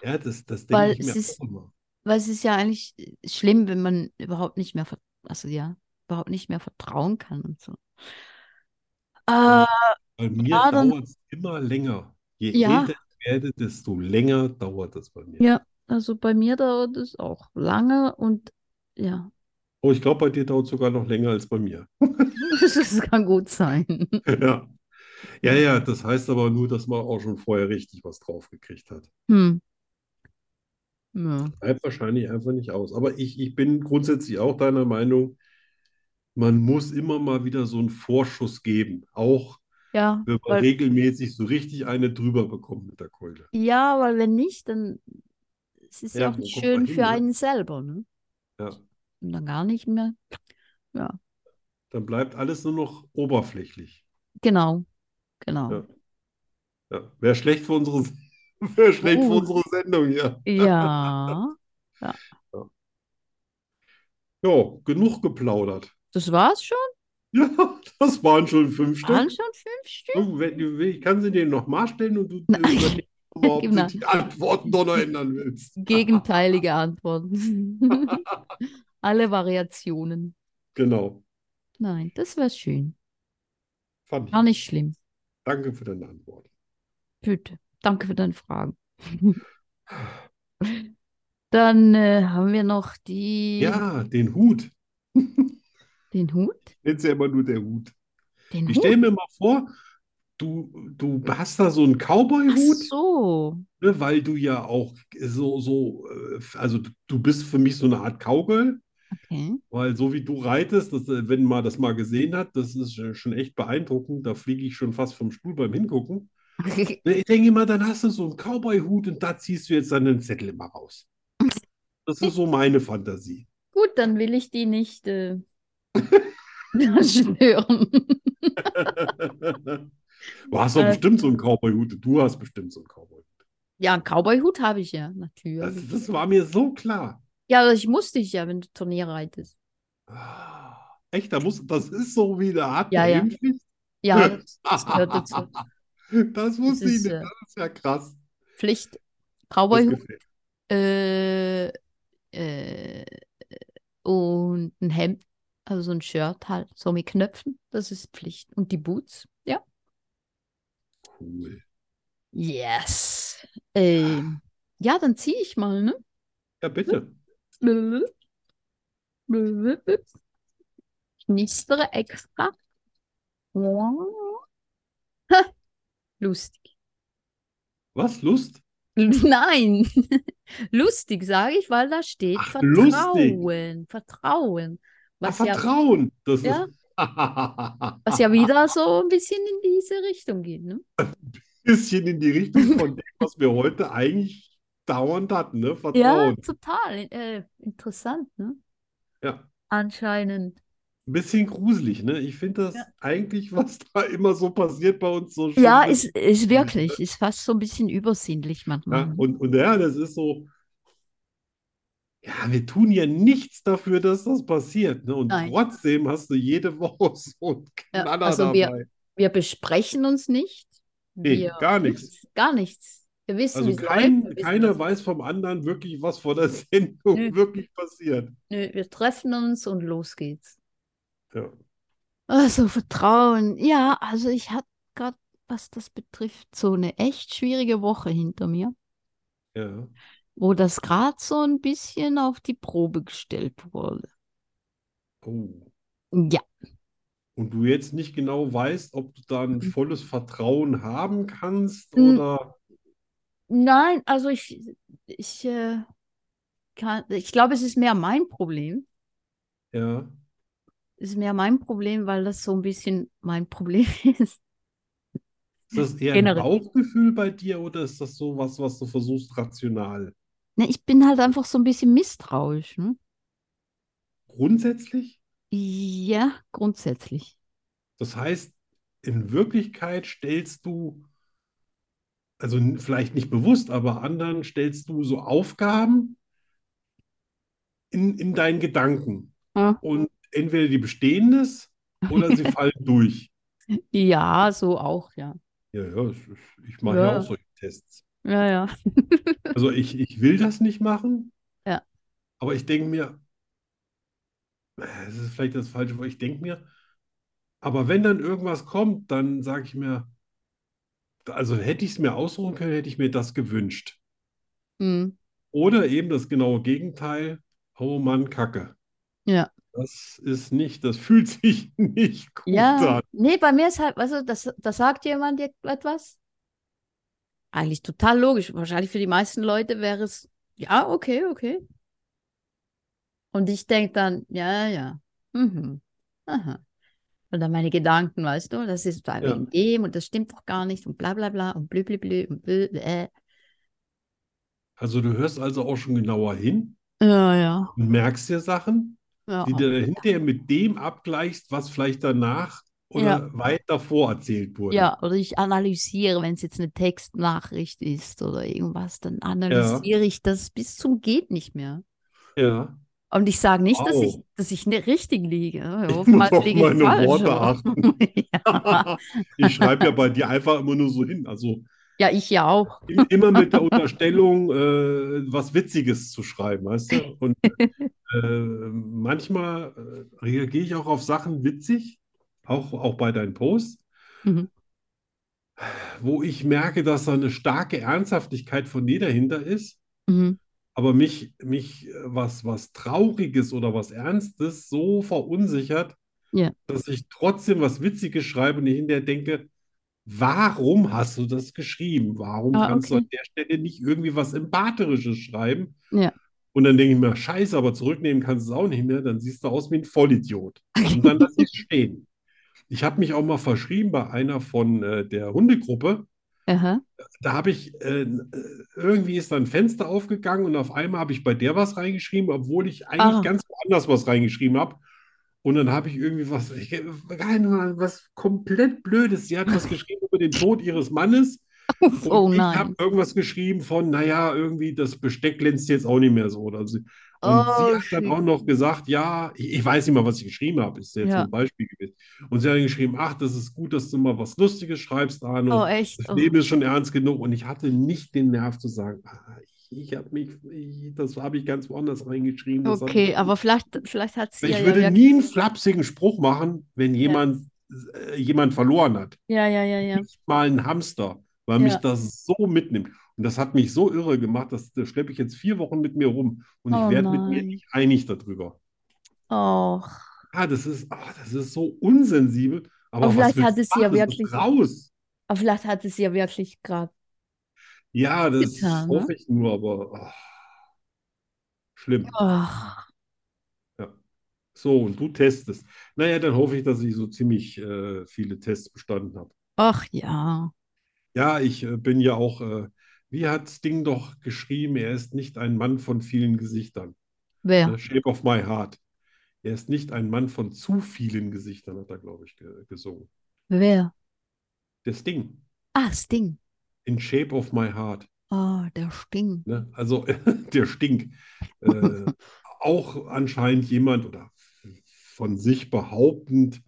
Ja, das, das denke Weil ich mir es ist- auch immer. Weil es ist ja eigentlich äh, schlimm, wenn man überhaupt nicht mehr, ver- also ja, überhaupt nicht mehr vertrauen kann und so. Ja. Äh, Bei mir ja, dann- dauert es immer länger. Je Ja. älter ich werde, desto länger dauert das bei mir. Ja. also bei mir dauert es auch lange und ja, Oh, ich glaube, bei dir dauert es sogar noch länger als bei mir. das kann gut sein. Ja. Ja, ja, das heißt aber nur, dass man auch schon vorher richtig was draufgekriegt hat. Hm. Ja. Bleibt wahrscheinlich einfach nicht aus. Aber ich, ich bin grundsätzlich auch deiner Meinung, man muss immer mal wieder so einen Vorschuss geben. Auch Ja, wenn man weil, regelmäßig so richtig eine drüber bekommt mit der Keule. ja, weil wenn nicht, dann es ist ja Ja, auch wo nicht kommt man schön hin, für ne? einen selber, ne? Ja. Und dann gar nicht mehr. Ja, Dann bleibt alles nur noch oberflächlich. genau, genau. Ja. Ja. Wäre schlecht für unsere, wäre schlecht für Uh. unsere Sendung hier. Ja, Ja, genug geplaudert. das war's schon. Ja, Das waren schon fünf Waren Stück. schon fünf Stück? Oh, wenn du willst, Ich kann sie dir nochmal stellen und du Nein. überlegst mal, ob Genau. du die Antworten doch noch ändern willst. Gegenteilige Antworten. Alle Variationen. Genau. Nein, das wäre schön. Fand Gar ich. nicht schlimm. Danke für deine Antwort. Bitte. Danke für deine Fragen. Dann äh, haben wir noch die, Ja, den Hut. den Hut. Jetzt ja immer nur der Hut. Den Ich Hut. stelle mir mal vor, du, du hast da so einen Ach Cowboy-Hut. so. Ne, weil du ja auch so, so, äh, also du- du bist für mich so eine Art Cowgirl, Okay. weil so wie du reitest, das, äh, wenn man das mal gesehen hat, das ist äh, schon- schon echt beeindruckend. Da fliege ich schon fast vom Stuhl beim Hingucken. Ne, Ich denke immer, dann hast du so einen Cowboy-Hut und da ziehst du jetzt dann den Zettel immer raus. Das ist so meine Fantasie. Gut, dann will ich die nicht äh, stören. Du hast doch Äh. bestimmt so einen Cowboy-Hut. Du hast bestimmt so einen Cowboy. Ja, einen Cowboy-Hut habe ich ja, Das, natürlich. das war mir so klar. Ja, aber ich musste ich ja, wenn du Turnier reitest. Ah, Echt, da muss, das ist so wie eine Art Ja, ja. Impfpflicht. Ja, das, das gehört dazu. Das wusste Das ich ist, nicht. äh, Das ist ja krass. Pflicht. Das Cowboy-Hut gefällt mir. äh, äh, und ein Hemd, also so ein Shirt halt, so mit Knöpfen, das ist Pflicht. Und die Boots, ja. Cool. Yes. Ähm, ja, dann ziehe ich mal, ne? Ja, bitte. Knistere extra. Lustig. Was? Lust? Nein, lustig sage ich, weil da steht Ach, lustig. Vertrauen. Vertrauen. Ah, Was ja, Vertrauen. Das Ja. ist. was ja wieder so ein bisschen in diese Richtung geht. Ne? bisschen in die Richtung von dem, was wir heute eigentlich dauernd hatten, ne? Ja, Vertrauen. total äh, interessant. Ne? Ja. Anscheinend. Ein bisschen gruselig, ne? Ich finde das Ja. eigentlich, was da immer so passiert bei uns, so schön. Ja, mit- ist, ist wirklich, ist fast so ein bisschen übersinnlich manchmal. Ja, ne? und, und ja, das ist so, ja, wir tun ja nichts dafür, dass das passiert, ne? Und Nein. trotzdem hast du jede Woche so einen Ja, Knaller also wir- dabei. Wir besprechen uns nicht. Nee, Wir gar nichts. gar nichts. Wir wissen, Also wie es kein, läuft. Wir wissen, keiner was- weiß vom anderen wirklich, was vor der Sendung Nö. wirklich passiert. Nö, wir treffen uns und los geht's. Ja. Also Vertrauen. Ja, also ich hatte gerade, was das betrifft, so eine echt schwierige Woche hinter mir, Ja. wo das gerade so ein bisschen auf die Probe gestellt wurde. Oh. Ja, Und du jetzt nicht genau weißt, ob du da ein volles Vertrauen haben kannst Mhm. oder nein, also ich, ich, äh, kann, ich glaube, es ist mehr mein Problem. ja. Es ist mehr mein Problem, weil das so ein bisschen mein Problem Ist ist. das eher ein Generell. Bauchgefühl bei dir oder ist das so was, was du versuchst rational? Ne, ich bin halt einfach so ein bisschen misstrauisch, ne? Grundsätzlich? Ja, grundsätzlich. Das heißt, in Wirklichkeit stellst du, also n- vielleicht nicht bewusst, aber anderen stellst du so Aufgaben in, in deinen Gedanken. Ja. Und entweder die bestehen es oder sie fallen durch. Ja, so auch, ja. Ja, ja, es ist- ich mache Ja, ja ja. auch solche Tests. Ja, ja. Also ich, ich will das nicht machen, Ja. aber ich denke mir, äh, das ist vielleicht das falsche Wort, ich denke mir, aber wenn dann irgendwas kommt, dann sage ich mir, also hätte ich es mir aussuchen können, hätte ich mir das gewünscht. Hm. Oder eben das genaue Gegenteil, oh Mann, Kacke. Ja. Das ist nicht, das fühlt sich nicht gut Ja, an. nee, bei mir ist halt, weißt du, das, das sagt jemand dir etwas. Eigentlich total logisch. Wahrscheinlich für die meisten Leute wäre es, ja, okay, okay. Und ich denke dann, ja, ja. Mhm. Aha. Und dann meine Gedanken, weißt du, das ist da Ja. wegen dem und das stimmt doch gar nicht und bla bla bla und blü blü blü und blü, blä. Also du hörst also auch schon genauer hin Ja, ja. und merkst dir Sachen. Ja. die du dann hinterher mit dem abgleichst, was vielleicht danach oder Ja. weit davor erzählt wurde. Ja, oder ich analysiere, wenn es jetzt eine Textnachricht ist oder irgendwas, dann analysiere ich das bis zum geht nicht mehr. Ja. Aber Und ich sage nicht, dass ich, Wow. dass ich ne- richtig liege. Ich muss Oftmals auf liege ich meine falsch, Worte aber- achten. ja. Ich schreibe ja bei dir einfach immer nur so hin. Also ja, ich ja auch. im- immer mit der Unterstellung, äh, was Witziges zu schreiben, weißt du? Und äh, manchmal äh, reagiere ich auch auf Sachen witzig, auch, auch bei deinen Posts, Mhm. wo ich merke, dass da eine starke Ernsthaftigkeit von dir dahinter ist. Mhm. Aber mich, mich äh, was, was Trauriges oder was Ernstes so verunsichert, Ja. dass ich trotzdem was Witziges schreibe und ich hinterher denke, warum hast du das geschrieben? Warum Ah, kannst du okay. an der Stelle nicht irgendwie was Empatherisches schreiben? Ja. Und dann denke ich mir, scheiße, aber zurücknehmen kannst du es auch nicht mehr, dann siehst du aus wie ein Vollidiot. Und dann lasse ich es stehen. Ich habe mich auch mal verschrieben bei einer von äh, der Hundegruppe Aha. da habe ich, äh, äh, irgendwie ist da ein Fenster aufgegangen und auf einmal habe ich bei der was reingeschrieben, obwohl ich eigentlich Ah. ganz woanders was reingeschrieben habe. Und dann habe ich irgendwie was, ich, keine Ahnung, was komplett Blödes. Sie hat was geschrieben über den Tod ihres Mannes. Und Oh ich nein. habe irgendwas geschrieben von, naja, irgendwie das Besteck glänzt jetzt auch nicht mehr so. Oder so. Und Oh, sie hat dann shit. auch noch gesagt, ja, ich, ich weiß nicht mal, was ich geschrieben habe, ist jetzt Ja. nur ein Beispiel gewesen. Und sie hat dann geschrieben, ach, das ist gut, dass du mal was Lustiges schreibst, Arno. Oh, echt. Das Oh. Leben ist schon ernst genug und ich hatte nicht den Nerv zu sagen, ah, ich, ich habe mich, ich, das habe ich ganz woanders reingeschrieben. Das hat- Okay, aber vielleicht, vielleicht hat es ich ja, ja würde wirklich. nie einen flapsigen Spruch machen, wenn jemand äh, jemand verloren hat. Ja, ja, ja, ja. Nicht mal ein Hamster, weil Ja. mich das so mitnimmt. Und das hat mich so irre gemacht, das, das schleppe ich jetzt vier Wochen mit mir rum und ich Oh werde mit mir nein. nicht einig darüber. Och. Ah, das ist, ah, das ist so unsensibel. Aber Aber was vielleicht hat willst du es ja machen? Es ist wirklich- raus. Aber vielleicht hat es ja wirklich gerade. Ja, das Getan, ne? hoffe ich nur, aber ah, schlimm. Och. So, und du testest. Naja, dann hoffe ich, dass ich so ziemlich äh, viele Tests bestanden habe. Ach ja. Ja, ich äh, bin ja auch, äh, wie hat Sting doch geschrieben, er ist nicht ein Mann von vielen Gesichtern. Wer? Ne? Shape of my heart. Er ist nicht ein Mann von zu vielen Gesichtern, hat er, glaube ich, ge gesungen. Wer? Der Sting. Ah, Sting. In Shape of my heart. Oh, der Sting. Ne? Also der Stink. Äh, auch anscheinend jemand oder von sich behauptend,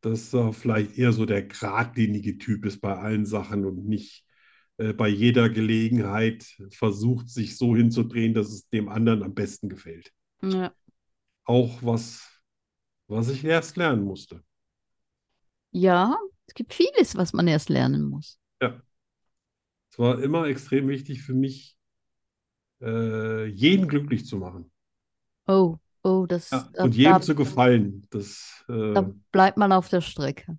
dass er vielleicht eher so der geradlinige Typ ist bei allen Sachen und nicht äh, bei jeder Gelegenheit versucht, sich so hinzudrehen, dass es dem anderen am besten gefällt. Ja. Auch was, was ich erst lernen musste. ja, es gibt vieles, was man erst lernen muss. Es war immer extrem wichtig für mich, äh, jeden glücklich zu machen Oh, oh, das. da- und jedem da- zu gefallen. Das, äh, Da bleibt man auf der Strecke.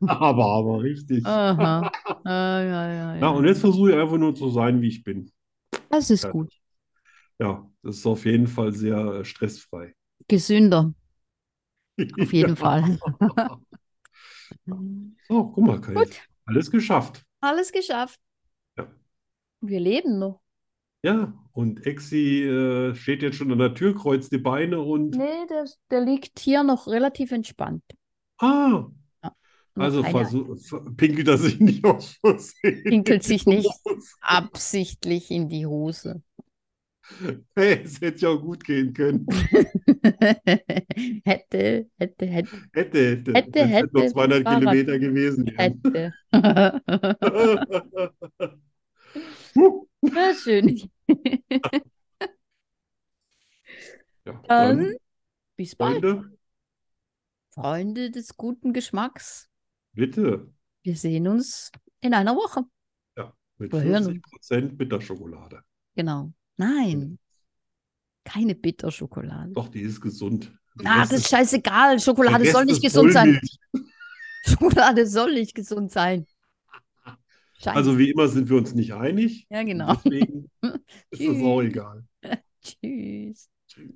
aber, aber richtig. Aha. Ah, ja, ja, Na, Oh, ja. und jetzt versuche ich einfach nur zu sein, wie ich bin. Das ist gut. Ja, das ist auf jeden Fall sehr äh, stressfrei. Gesünder, auf jeden Fall. So, guck mal, Kai, Gut. alles geschafft. Alles geschafft. Ja. Wir leben noch. Ja, und Exi äh, steht jetzt schon an der Tür, kreuzt die Beine und Nee, der, der liegt hier noch relativ entspannt. ah, Ja, also keine versuch, ver- pinkelt er sich nicht aus Versehen. Pinkelt sich nicht. Los. Absichtlich in die Hose. Hey, es hätte ja auch gut gehen können. hätte, hätte, hätte, Hätte, hätte. Hätte, Wenn's halt nur 200 hätte, Fahrrad. Kilometer gewesen wären. hätte. Na Huh. schön. Ja, Dann bis bald, Freunde, Freunde des guten Geschmacks. bitte Wir sehen uns in einer Woche. mit Wir hören 50% Bitterschokolade. Genau. Nein, keine Bitterschokolade. Doch, die ist gesund. Der Ah, Rest das ist ist- scheißegal. der Schokolade Rest soll nicht ist gesund sein. Vollmilch. Schokolade soll nicht gesund sein. Scheiße. Also wie immer sind wir uns nicht einig. ja, Und genau. Deswegen ist das Tschüss. auch egal. Tschüss. Tschüss.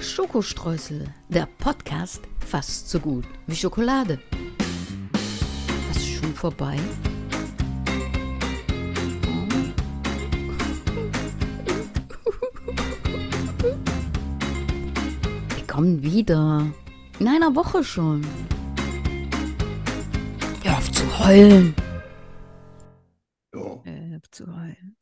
Schokostreusel, der Podcast fast so gut wie Schokolade. Was ist schon vorbei? Wir kommen wieder. In einer Woche schon. Hör auf zu heulen. Ja. äh, zu heulen.